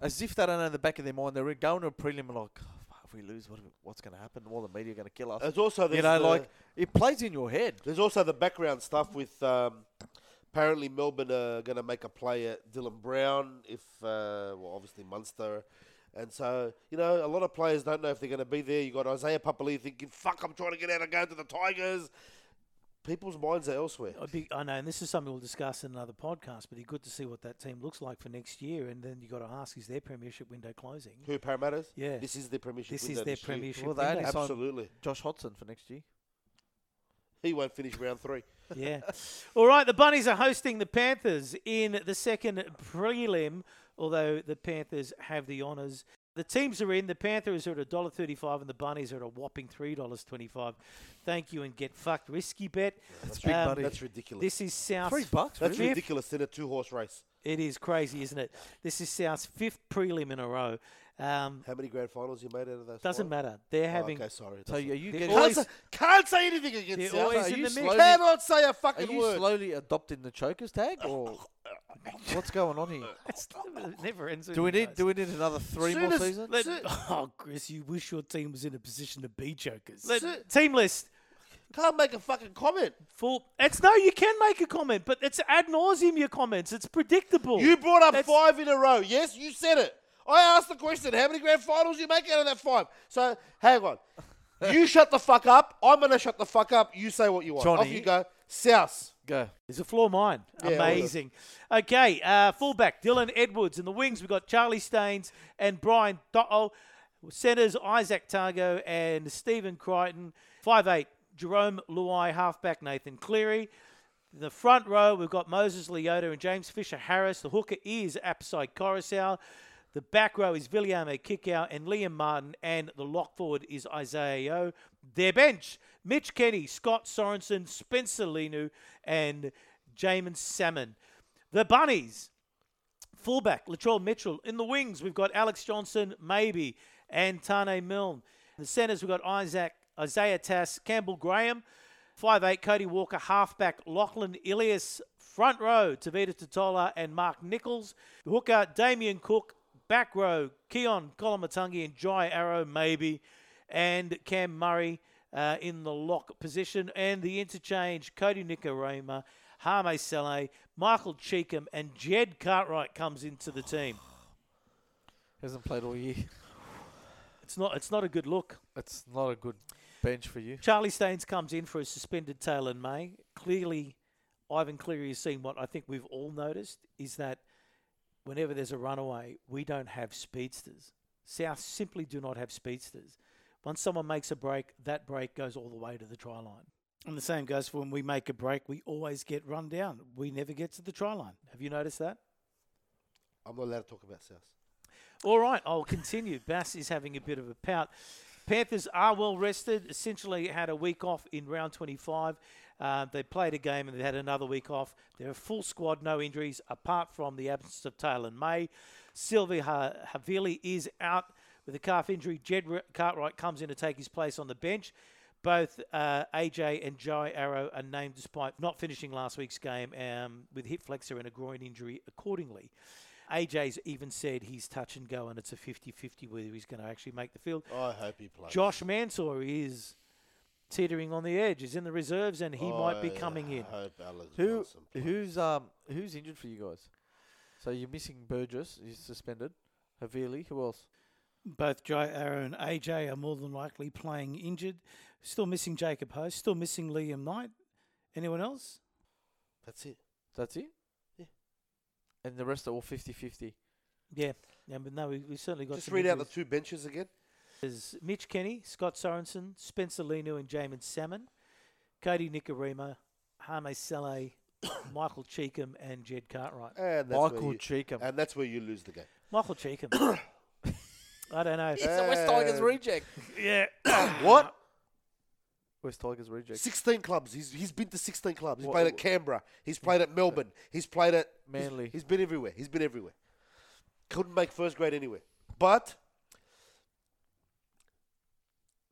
D: as if they don't know in the back of their mind they're going to a prelim and like, "Oh, fuck, if we lose, what what's going to happen? All the media going to kill us.
C: There's also
D: you
C: there's
D: know,
C: the-
D: like it plays in your head.
C: There's also the background stuff with um, apparently Melbourne are going to make a play at Dylan Brown if uh, well obviously Munster, and so you know a lot of players don't know if they're going to be there. You got Isaiah Papali thinking, "Fuck, I'm trying to get out and go to the Tigers." People's minds are elsewhere.
B: I'd be, I know, and this is something we'll discuss in another podcast. But it's good to see what that team looks like for next year. And then you got to ask: Is their premiership window closing?
C: Who Parramatta's?
B: Yeah,
C: This is their premiership.
B: this
C: window
B: is their
C: year.
B: premiership.
D: Well, they only
B: window.
D: signed-
C: Absolutely,
D: Josh Hodson for next year.
C: he won't finish round three.
B: yeah. All right, the Bunnies are hosting the Panthers in the second prelim, although the Panthers have the honours. The teams are in. The Panthers are at $1.35 and the Bunnies are at a whopping $3.25. Thank you and get fucked. Risky bet.
D: That's big
B: Um,
D: buddy.
C: That's ridiculous.
B: This is South.
D: Three bucks.
C: That's
D: really?
C: ridiculous in a two-horse race.
B: It is crazy, isn't it? This is South's fifth prelim in a row. Um,
C: How many grand finals you made out of those?
B: doesn't
C: five?
B: matter. They're
C: Oh,
B: having.
C: okay, sorry. it
D: So are
C: doesn't-
D: you
B: They're
D: getting?
C: Can't,
B: always-
C: say, can't say anything against
B: They're
C: South.
B: always
D: Are
B: in
D: you
B: the mix.
D: slowly-
C: Cannot say a
D: Are
C: fucking
D: you
C: word.
D: slowly adopting the chokers tag, or what's going on here?
B: It never ends.
D: Do we need do we need another
C: Oh,
D: three
C: Soon
D: more
C: as-
D: seasons?
C: let-
B: Oh, Chris, you wish your team was in a position to be jokers.
C: Sir-
B: team list.
C: Can't make a fucking comment.
B: Full. It's no, you can make a comment, but it's ad nauseum your comments. It's predictable.
C: You brought up
B: That's-
C: five in a row. Yes, you said it. I asked the question: How many grand finals you make out of that five? So hang on. you shut the fuck up. I'm gonna shut the fuck up. You say what you want. Off
D: Johnny.
C: you go. South.
D: Go.
B: It's a floor mine.
C: Yeah,
B: Amazing. Okay, uh, fullback Dylan Edwards in the wings. We've got Charlie Staines and Brian Dottol. Centers Isaac Targo and Stephen Crichton. Five eight Jerome Luai. Halfback Nathan Cleary. The front row, we've got Moses Leota and James Fisher Harris. The hooker is Apsai Coruscant. The back row is Viliame Kickow and Liam Martin, and the lock forward is Isaiah Yo. Their bench, Mitch Kenny, Scott Sorensen, Spencer Linu, and Jamin Salmon. The Bunnies, fullback, Latrell Mitchell. In the wings, we've got Alex Johnson, maybe, and Tane Milne. In the centres, we've got Isaac, Isaiah Tass, Campbell Graham, 5'8", Cody Walker, halfback, Lachlan Ilias, front row, Tavita Totola and Mark Nichols. The hooker, Damien Cook, back row, Keon Kolamatungi and Jai Arrow, maybe, and Cam Murray uh, in the lock position. And the interchange, Cody Nicarima, Hame Saleh, Michael Cheekham, and Jed Cartwright comes into the team.
D: Hasn't played all year.
B: It's not, it's not a good look.
D: That's not a good bench for you.
B: Charlie Staines comes in for a suspended tail in May. Clearly, Ivan Cleary has seen what I think we've all noticed is that whenever there's a runaway, we don't have speedsters. South simply do not have speedsters. Once someone makes a break, that break goes all the way to the try line.
E: And the same goes for when we make a break, we always get run down. We never get to the try line.
B: Have you noticed that?
C: I'm not allowed to talk about South.
B: All right, I'll continue. Bass is having a bit of a pout. Panthers are well rested. Essentially, had a week off in round 25. Uh, they played a game and they had another week off. They're a full squad, no injuries, apart from the absence of Taylor and May. Sylvia ha- Havili is out with a calf injury. Jed Re- Cartwright comes in to take his place on the bench. Both uh, AJ and Joe Arrow are named despite not finishing last week's game um, with hip flexor and a groin injury accordingly. AJ's even said he's touch and go and it's a 50 50 whether he's going to actually make the field.
C: I hope he plays.
B: Josh Mansour is teetering on the edge, is in the reserves, and he might be
C: I
B: coming in.
C: hope Alan
D: Who
C: Johnson plays.
D: who's um who's injured for you guys? So you're missing Burgess. He's suspended. Havili. Who else?
E: Both Jai Arrow and AJ are more than likely playing injured. Still missing Jacob Host, still missing Liam Knight. Anyone else?
C: That's it.
D: That's it.
C: Yeah.
D: And the rest are all 50-50.
B: Yeah, yeah, but no, we, we certainly got.
C: Just
B: some
C: read out the
B: injuries.
C: two benches again.
B: There's Mitch Kenny, Scott Sorensen, Spencer Linu, and Jamin Salmon, Cody Nicarima, Hame Saleh, Michael Cheekham, and Jed Cartwright.
C: And that's where
D: Michael
C: you-
D: Cheekham.
C: And that's where you lose the game.
B: Michael Cheekham. I don't know.
C: a West Tigers Uh,
D: reject.
B: Yeah.
C: What?
D: West Tigers reject.
C: 16 clubs. He's, he's been to 16 clubs. He's
D: Wha-
C: played at Canberra. He's played at Melbourne. He's played at he's-
D: Manly.
C: he's been everywhere. He's been everywhere. Couldn't make first grade anywhere. But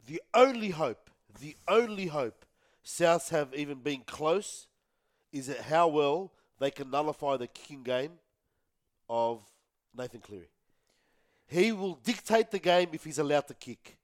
C: the only hope, the only hope Souths have even been close is at how well they can nullify the kicking game of Nathan Cleary. He will dictate the game if he's allowed to kick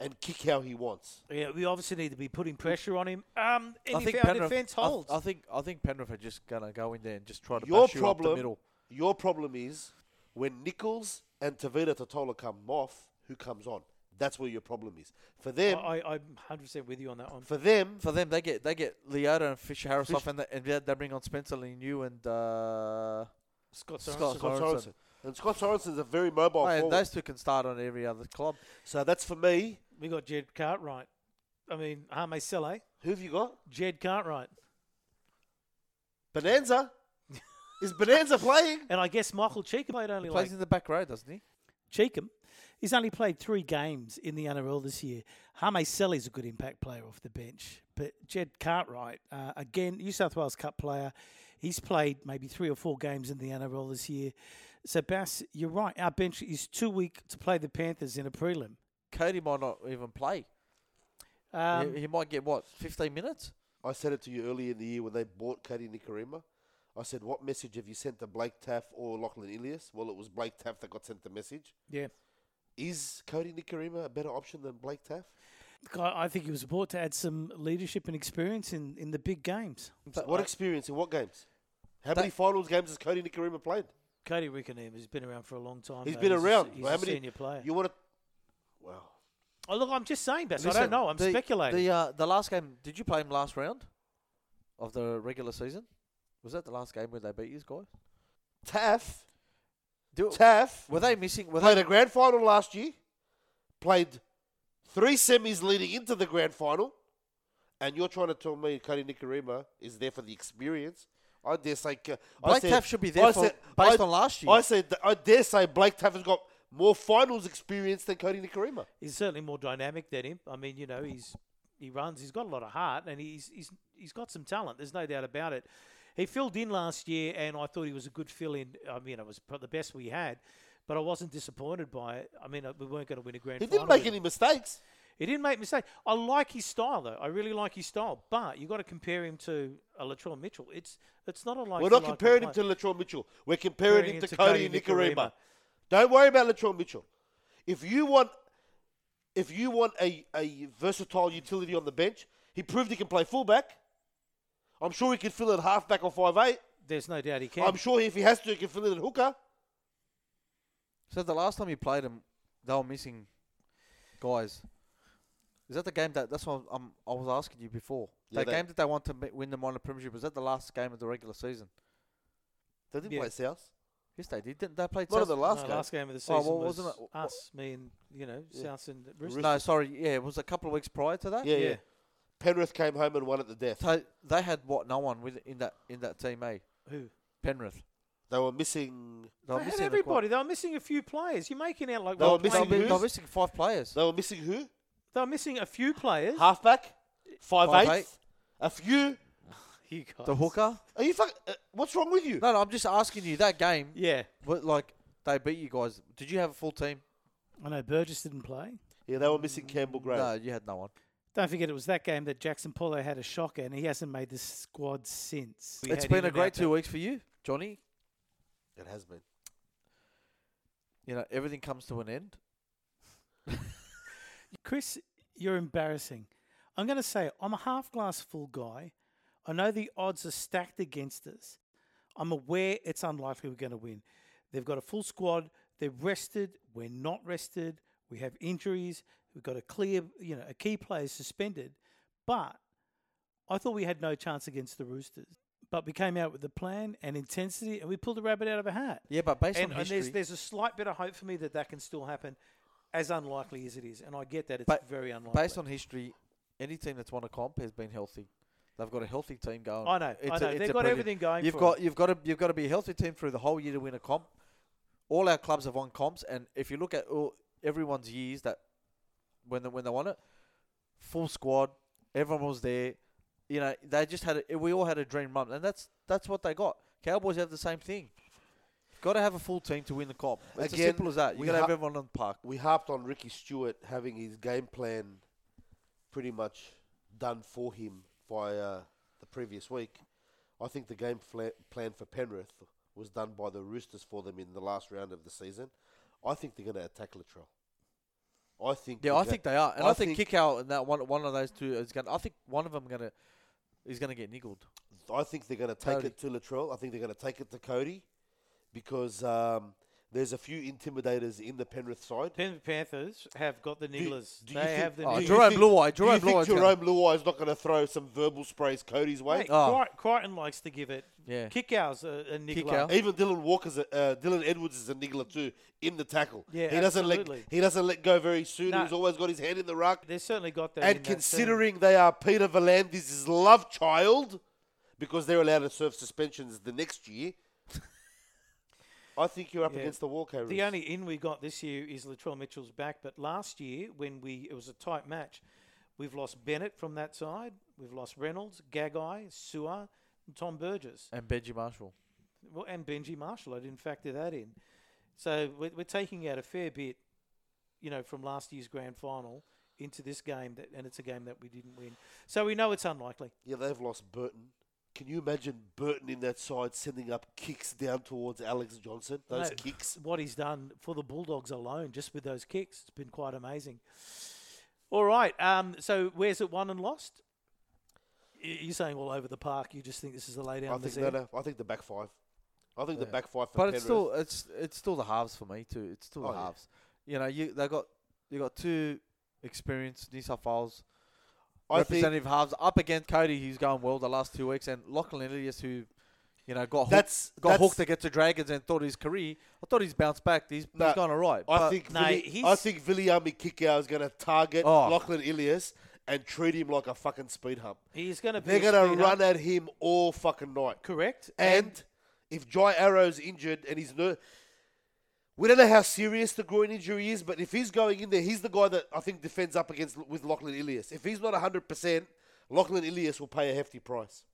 C: and kick how he wants.
B: Yeah, we obviously need to be putting pressure on him. Um, and
D: I
B: if
D: think
B: our
D: Penrith.
B: defence
D: I th-
B: holds,
D: I, think I think Penrith are just gonna go in there and just try to
C: Your
D: bash you up
C: problem-
D: the middle.
C: Your problem is when Nichols and Tavita Totola come off, who comes on? That's where your problem is. For them,
B: I, I, I'm 100% with you on that one.
C: for them,
D: For them, they get they get Leota and Fisher Harris
C: Fish-
D: off, and they, and they they bring on Spencer Linu and uh,
C: Oh,
B: Scott Sorensen.
D: Scott
C: Scott
D: Sorensen.
C: Sorensen. and Scott Sorensen's a very mobile
D: Hey,
C: forward.
D: oh, those two can start on every other club.
C: so that's for me.
B: We got Jed Cartwright. I mean, Hame Saleh,
C: Who have you got?
B: Jed Cartwright.
C: Bonanza. is Bonanza playing?
B: And I guess Michael Cheekham played only
D: He
B: like
D: plays in the back row, doesn't he?
E: Cheekham. He's only played three games in the NRL this year. Hame Selly's a good impact player off the bench, but Jed Cartwright, uh, again, New South Wales Cup player, he's played maybe three or four games in the NRL this year. So, Bass, you're right. Our bench is too weak to play the Panthers in a prelim.
D: Cody might not even play.
B: Um,
D: he, he might get what 15 minutes.
C: I said it to you earlier in the year when they bought Cody Nikarima. I said, what message have you sent to Blake Taff or Lachlan Ilias? Well, it was Blake Taff that got sent the message.
B: Yeah.
C: Is Cody Nikarima a better option than Blake Taff?
E: Look, I I think he was brought to add some leadership and experience in, in the big games.
D: But
C: what
D: I-
C: experience in what games? How
D: That-
C: many finals games has Cody Nikarima played?
B: Cody Rickenham has been around for a long time.
C: He's
B: though.
C: been
B: a se-
C: around.
B: he's
C: Well,
B: a
C: how many-
B: senior player.
C: You want to? Wow.
B: oh, look, I'm just saying, Bess. I
D: Listen,
B: don't know. I'm
D: the,
B: speculating.
D: The uh, the last game, did you play him last round of the regular season? Was that the last game where they beat you guys?
C: Taff.
D: Do it.
C: Taff
D: Were they missing? Were
C: played
D: they?
C: a grand final last year. Played three semis leading into the grand final, and you're trying to tell me Cody Nikarima is there for the experience? I dare say. Ca- I
D: Blake
C: said,
D: Taff should be there
C: I
D: for,
C: said-
D: based
C: I-
D: on last year.
C: I said. I dare say Blake Taff has got more finals experience than Cody Nikarima.
B: he's certainly more dynamic than him. I mean, you know, he's he runs. He's got a lot of heart, and he's he's he's got some talent. There's no doubt about it. He filled in last year, and I thought he was a good fill-in. I mean, it was pro- the best we had, but I wasn't disappointed by it. I mean, uh, we weren't going to win a grand.
C: He
B: final
C: didn't make
B: with
C: any
B: him.
C: mistakes.
B: He didn't make mistakes. I like his style though. I really like his style, but you got to compare him to a Latrell Mitchell. It's it's not a like.
C: We're
B: for
C: not
B: like
C: comparing him
B: replace.
C: to Latrell Mitchell. We're comparing, him to, Cody, Nikarima.
B: Nikarima.
C: Don't worry about Latrell Mitchell. If you want, if you want a, a versatile utility on the bench, he proved he can play fullback. I'm sure he can fill in halfback or five eight.
B: There's no doubt he can.
C: I'm sure if he has to, he can fill in at hooker.
D: so the last time you played him, they were missing guys. Is that the game that? That's what I'm, I was asking you before.
C: Yeah,
D: the
C: they-
D: game that they want to mi- win the minor premiership was that the last game of the regular season?
C: They didn't
B: Yeah.
C: play South.
D: Yes, they did. Didn't they play?
A: Not
D: South-
A: at the last
B: No,
A: game.
B: last game of the season
D: Oh, well,
B: was
D: wasn't it- wha-
B: us, me and, you know,
A: Yeah.
B: South and Roosters.
D: No, sorry. Yeah, it was a couple of weeks prior to that.
C: Yeah, yeah. Penrith came home and won at the death.
D: So they had what? No one with in that in that team, eh?
B: Who?
D: Penrith.
C: They were missing.
D: They were
B: They had
D: missing a quite-
B: everybody. They were missing a few players. You're making out like
C: They
B: we're
C: were
D: They
B: playing
D: were,
C: missing
B: good.
D: mi-
C: who?
D: they were missing five players.
C: They were missing who?
B: They were missing a few players.
C: Halfback, five,
D: Five
C: eighth, a few.
B: You guys.
D: The hooker.
C: Are you fuck? Uh, what's wrong with you?
D: No, no. I'm just asking you. That game,
B: Yeah.
D: what, like they beat you guys. Did you have a full team?
E: I know Burgess didn't play.
C: Yeah, they were missing Campbell Gray.
D: No, you had no one.
E: Don't forget, it was that game that Jackson Paulo had a shocker, and he hasn't made the squad since.
B: We
D: It's
B: had
D: been
B: in
D: a
B: and
D: great
B: out
D: two
B: there.
D: weeks for you, Johnny.
C: It has been.
D: You know everything comes to an end.
E: Chris, you're embarrassing. I'm going to say I'm a half glass full guy. I know the odds are stacked against us. I'm aware it's unlikely we're going to win. They've got a full squad. They're rested. We're not rested. We have injuries. We've got a clear, you know, a key player suspended. But I thought we had no chance against the Roosters. But we came out with a plan and intensity, and we pulled the rabbit out of a hat.
D: Yeah, but based
B: And,
D: on
B: and
D: history,
B: there's, there's a slight bit of hope for me that that can still happen, as unlikely as it is. And I get that. It's
D: Ba-
B: very unlikely.
D: based on history, any team that's won a comp has been healthy. They've got a healthy team going.
B: I know.
D: It's
B: I
D: a-
B: know.
D: it's
B: They've got
D: a brilliant-
B: everything going
D: You've
B: for
D: got
B: them.
D: you've got to you've got to be a healthy team through the whole year to win a comp. All our clubs have won comps, and if you look at all, everyone's years that when they, when they won it, full squad, everyone was there. You know, they just had a, we all had a dream run, and that's that's what they got. Cowboys have the same thing. Got to have a full team to win the comp. It's
C: Again,
D: as simple as that. You
C: we
D: got to have
C: ha-
D: everyone on the park.
C: We harped on Ricky Stewart having his game plan pretty much done for him by uh, the previous week. I think the game fla- plan for Penrith was done by the Roosters for them in the last round of the season. I think they're going to attack Latrell. I think.
D: Yeah,
C: the
D: I
C: ga-
D: think they are, and I,
C: I
D: think,
C: think-
D: kick out and that one one of those two is going. to I think one of them going to is going to get niggled.
C: I think they're going to take
D: Cody.
C: it to Latrell. I think they're going to take it to Cody because um, there's a few intimidators in the Penrith side.
B: Penrith Panthers have got the
C: Do you-
B: nigglers.
C: do
B: They
C: you think-
B: have the
D: Oh,
C: do
B: nigglers.
C: you
D: Jerome
C: think-
D: Luai,
C: Do you
D: Jerome
C: think
D: Luai is gonna-
C: Jerome Luai is not going to throw some verbal sprays Cody's way?
B: Mate,
D: Oh.
B: Cri- Crichton likes to give it.
D: Yeah.
B: Kickow's a, a niggler.
D: Kickout.
C: Even Dylan Walker's, a, uh, Dylan Edwards is a niggler too in the tackle.
B: Yeah,
C: he doesn't
B: absolutely.
C: let he doesn't let go very soon.
B: No.
C: He's always got his hand in the ruck.
B: They've certainly got that. in
C: And
B: that team.
C: considering they are Peter Volandis' love child, because they're allowed to serve suspensions the next year, I think you're up
B: Yeah.
C: against the wall, Kay
B: the
C: Roos.
B: only in we got this year is Latrell Mitchell's back, but last year when we it was a tight match, we've lost Bennett from that side, we've lost Reynolds, Gagai, Sua, and Tom Burgess,
D: And Benji Marshall.
B: well, and Benji Marshall. I didn't factor that in, so we're, we're taking out a fair bit, you know, from last year's grand final into this game, that, and it's a game that we didn't win, so we know it's unlikely.
C: Yeah, they've lost Burton. Can you imagine Burton in that side sending up kicks down towards Alex Johnson? Those
B: No.
C: kicks.
B: what he's done for the Bulldogs alone, just with those kicks, it's been quite amazing. All right, um, so where's it won and lost? Y- You're saying all over the park. You just think this is a lay down.
C: I think uh,
B: this
C: no,
B: year?
C: no. I think the back five. I think the
D: Yeah.
C: back five for
D: But
C: Penrith.
D: it's still it's it's still the halves for me too. It's still
C: Oh,
D: the
C: yeah.
D: halves. You know, you they got you got two experienced New South Wales
C: I think
D: representative halves up against Cody, who's going well the last two weeks, and Lachlan Ilias, who you know got hooked,
C: that's
D: got
C: that's,
D: hooked against the Dragons and thought his career. I thought he's bounced back. He's,
C: No,
D: he's gone alright.
C: I
D: but-
C: think
B: No,
C: Vili- I
B: he's-
C: think Viliami Kikau is going to target
D: Oh.
C: Lachlan Ilias and treat him like a fucking speed hump.
B: He's going to be.
C: They're
B: going to
C: run at him all fucking night.
B: correct.
C: And, if Jai Arrow's injured and he's no, we don't know how serious the groin injury is, but if he's going in there, he's the guy that I think defends up against with Lachlan Ilias. If he's not 100%, Lachlan Ilias will pay a hefty price.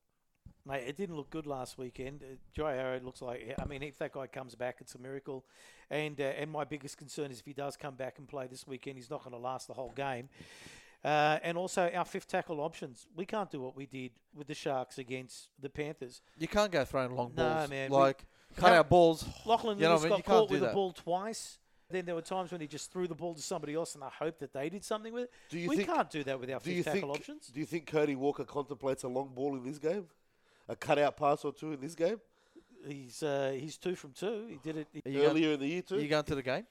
B: Mate, it didn't look good last weekend. Uh, Joy Arrow looks like. I mean, if that guy comes back, it's a miracle. And uh, and my biggest concern is if he does come back and play this weekend, he's not going to last the whole game. Uh, and also our fifth tackle options. We can't do what we did with the Sharks against the Panthers.
D: you can't go throwing long
B: No,
D: balls.
B: man, we-
D: like cut
B: How-
D: out balls.
B: Lachlan
D: You know
B: Lewis
D: what I mean? You
B: got caught
D: can't do
B: with a
D: that.
B: ball twice. Then there were times when he just threw the ball to somebody else, and I hope that they did something with it.
C: Do you
B: we
C: think-
B: can't do that with our
C: Do you
B: fifth tackle
C: think?
B: options.
C: Do you think Cody Walker contemplates a long ball in this game, a cutout pass or two in this game
B: He's uh, he's two from two. He did it.
D: Are you, going,
C: earlier in the year
D: are
C: too?
D: you going to the game?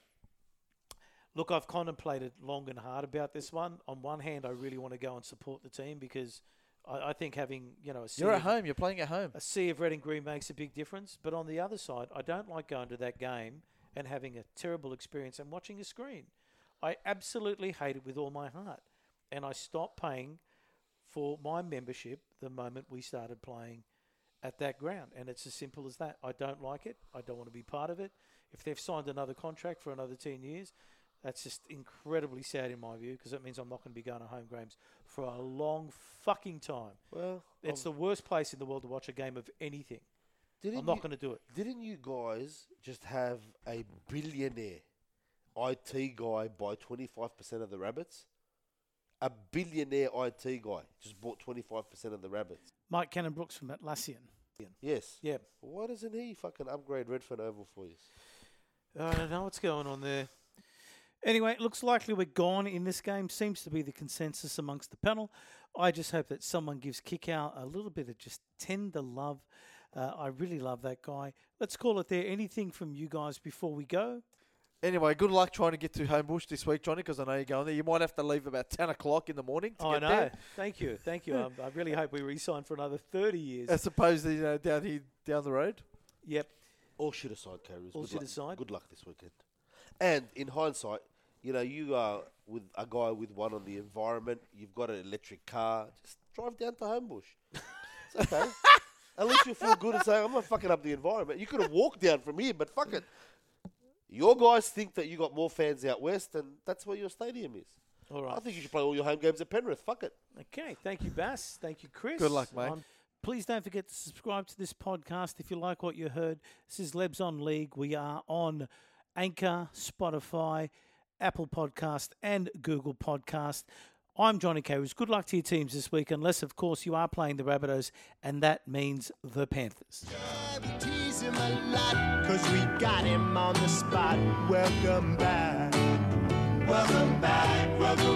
B: Look, I've contemplated long and hard about this one. On one hand, I really want to go and support the team because I, I think having you know a sea
D: You're at
B: of-
D: home. You're playing at home.
B: a sea of red and green makes a big difference. But on the other side, I don't like going to that game and having a terrible experience and watching a screen. I absolutely hate it with all my heart. And I stopped paying for my membership the moment we started playing at that ground. And it's as simple as that. I don't like it. I don't want to be part of it. If they've signed another contract for another 10 years, that's just incredibly sad in my view because that means I'm not going to be going to home games for a long fucking time.
C: Well,
B: It's the worst place in the world to watch a game of anything.
C: didn't
B: I'm not
C: you-
B: going to do it.
C: Didn't you guys just have a billionaire IT guy buy 25% of the Rabbits? A billionaire IT guy just bought 25% of the Rabbits.
E: Mike Cannon Brooks from Atlassian.
C: Yes.
B: Yeah.
C: Why doesn't he fucking upgrade Redfern Oval for you?
B: I don't know what's going on there.
E: Anyway, it looks likely we're gone in this game. Seems to be the consensus amongst the panel. I just hope that someone gives Kick Out a little bit of just tender love. Uh, I really love that guy. Let's call it there. Anything from you guys before we go?
D: Anyway, good luck trying to get to Homebush this week, Johnny, because I know you're going there. You might have to leave about 10 o'clock in the morning to
B: Oh, I
D: get
B: know.
D: there.
B: Thank you. Thank you. I, I really hope we re-sign for another 30 years.
D: As opposed to, you know, down here, down the road.
B: yep.
C: All shit aside, Carers.
B: All
C: good
B: shit
C: luck.
B: aside.
C: Good luck this weekend. And in hindsight, you know, you are with a guy with one on the environment. You've got an electric car. Just drive down to Homebush. It's okay. At least you feel good and say, I'm not fucking up the environment. You could have walked down from here, but fuck it. Your guys think that you got more fans out west, and that's where your stadium is.
B: All
C: I
B: right.
C: think you should play all your home games at Penrith. Fuck it.
B: Okay. Thank you, Bass. Thank you, Chris.
D: Good luck, mate.
B: I'm-
E: Um, Please don't forget to subscribe to this podcast if you like what you heard. This is Lebs on League. We are on Anchor, Spotify, Apple Podcast, and Google Podcast. I'm Johnny Carries. Good luck to your teams this week, unless, of course, you are playing the Rabbitohs, and that means the Panthers.
A: Yeah, we tease him a lot, cause we got him on the spot. Welcome back. Welcome back, welcome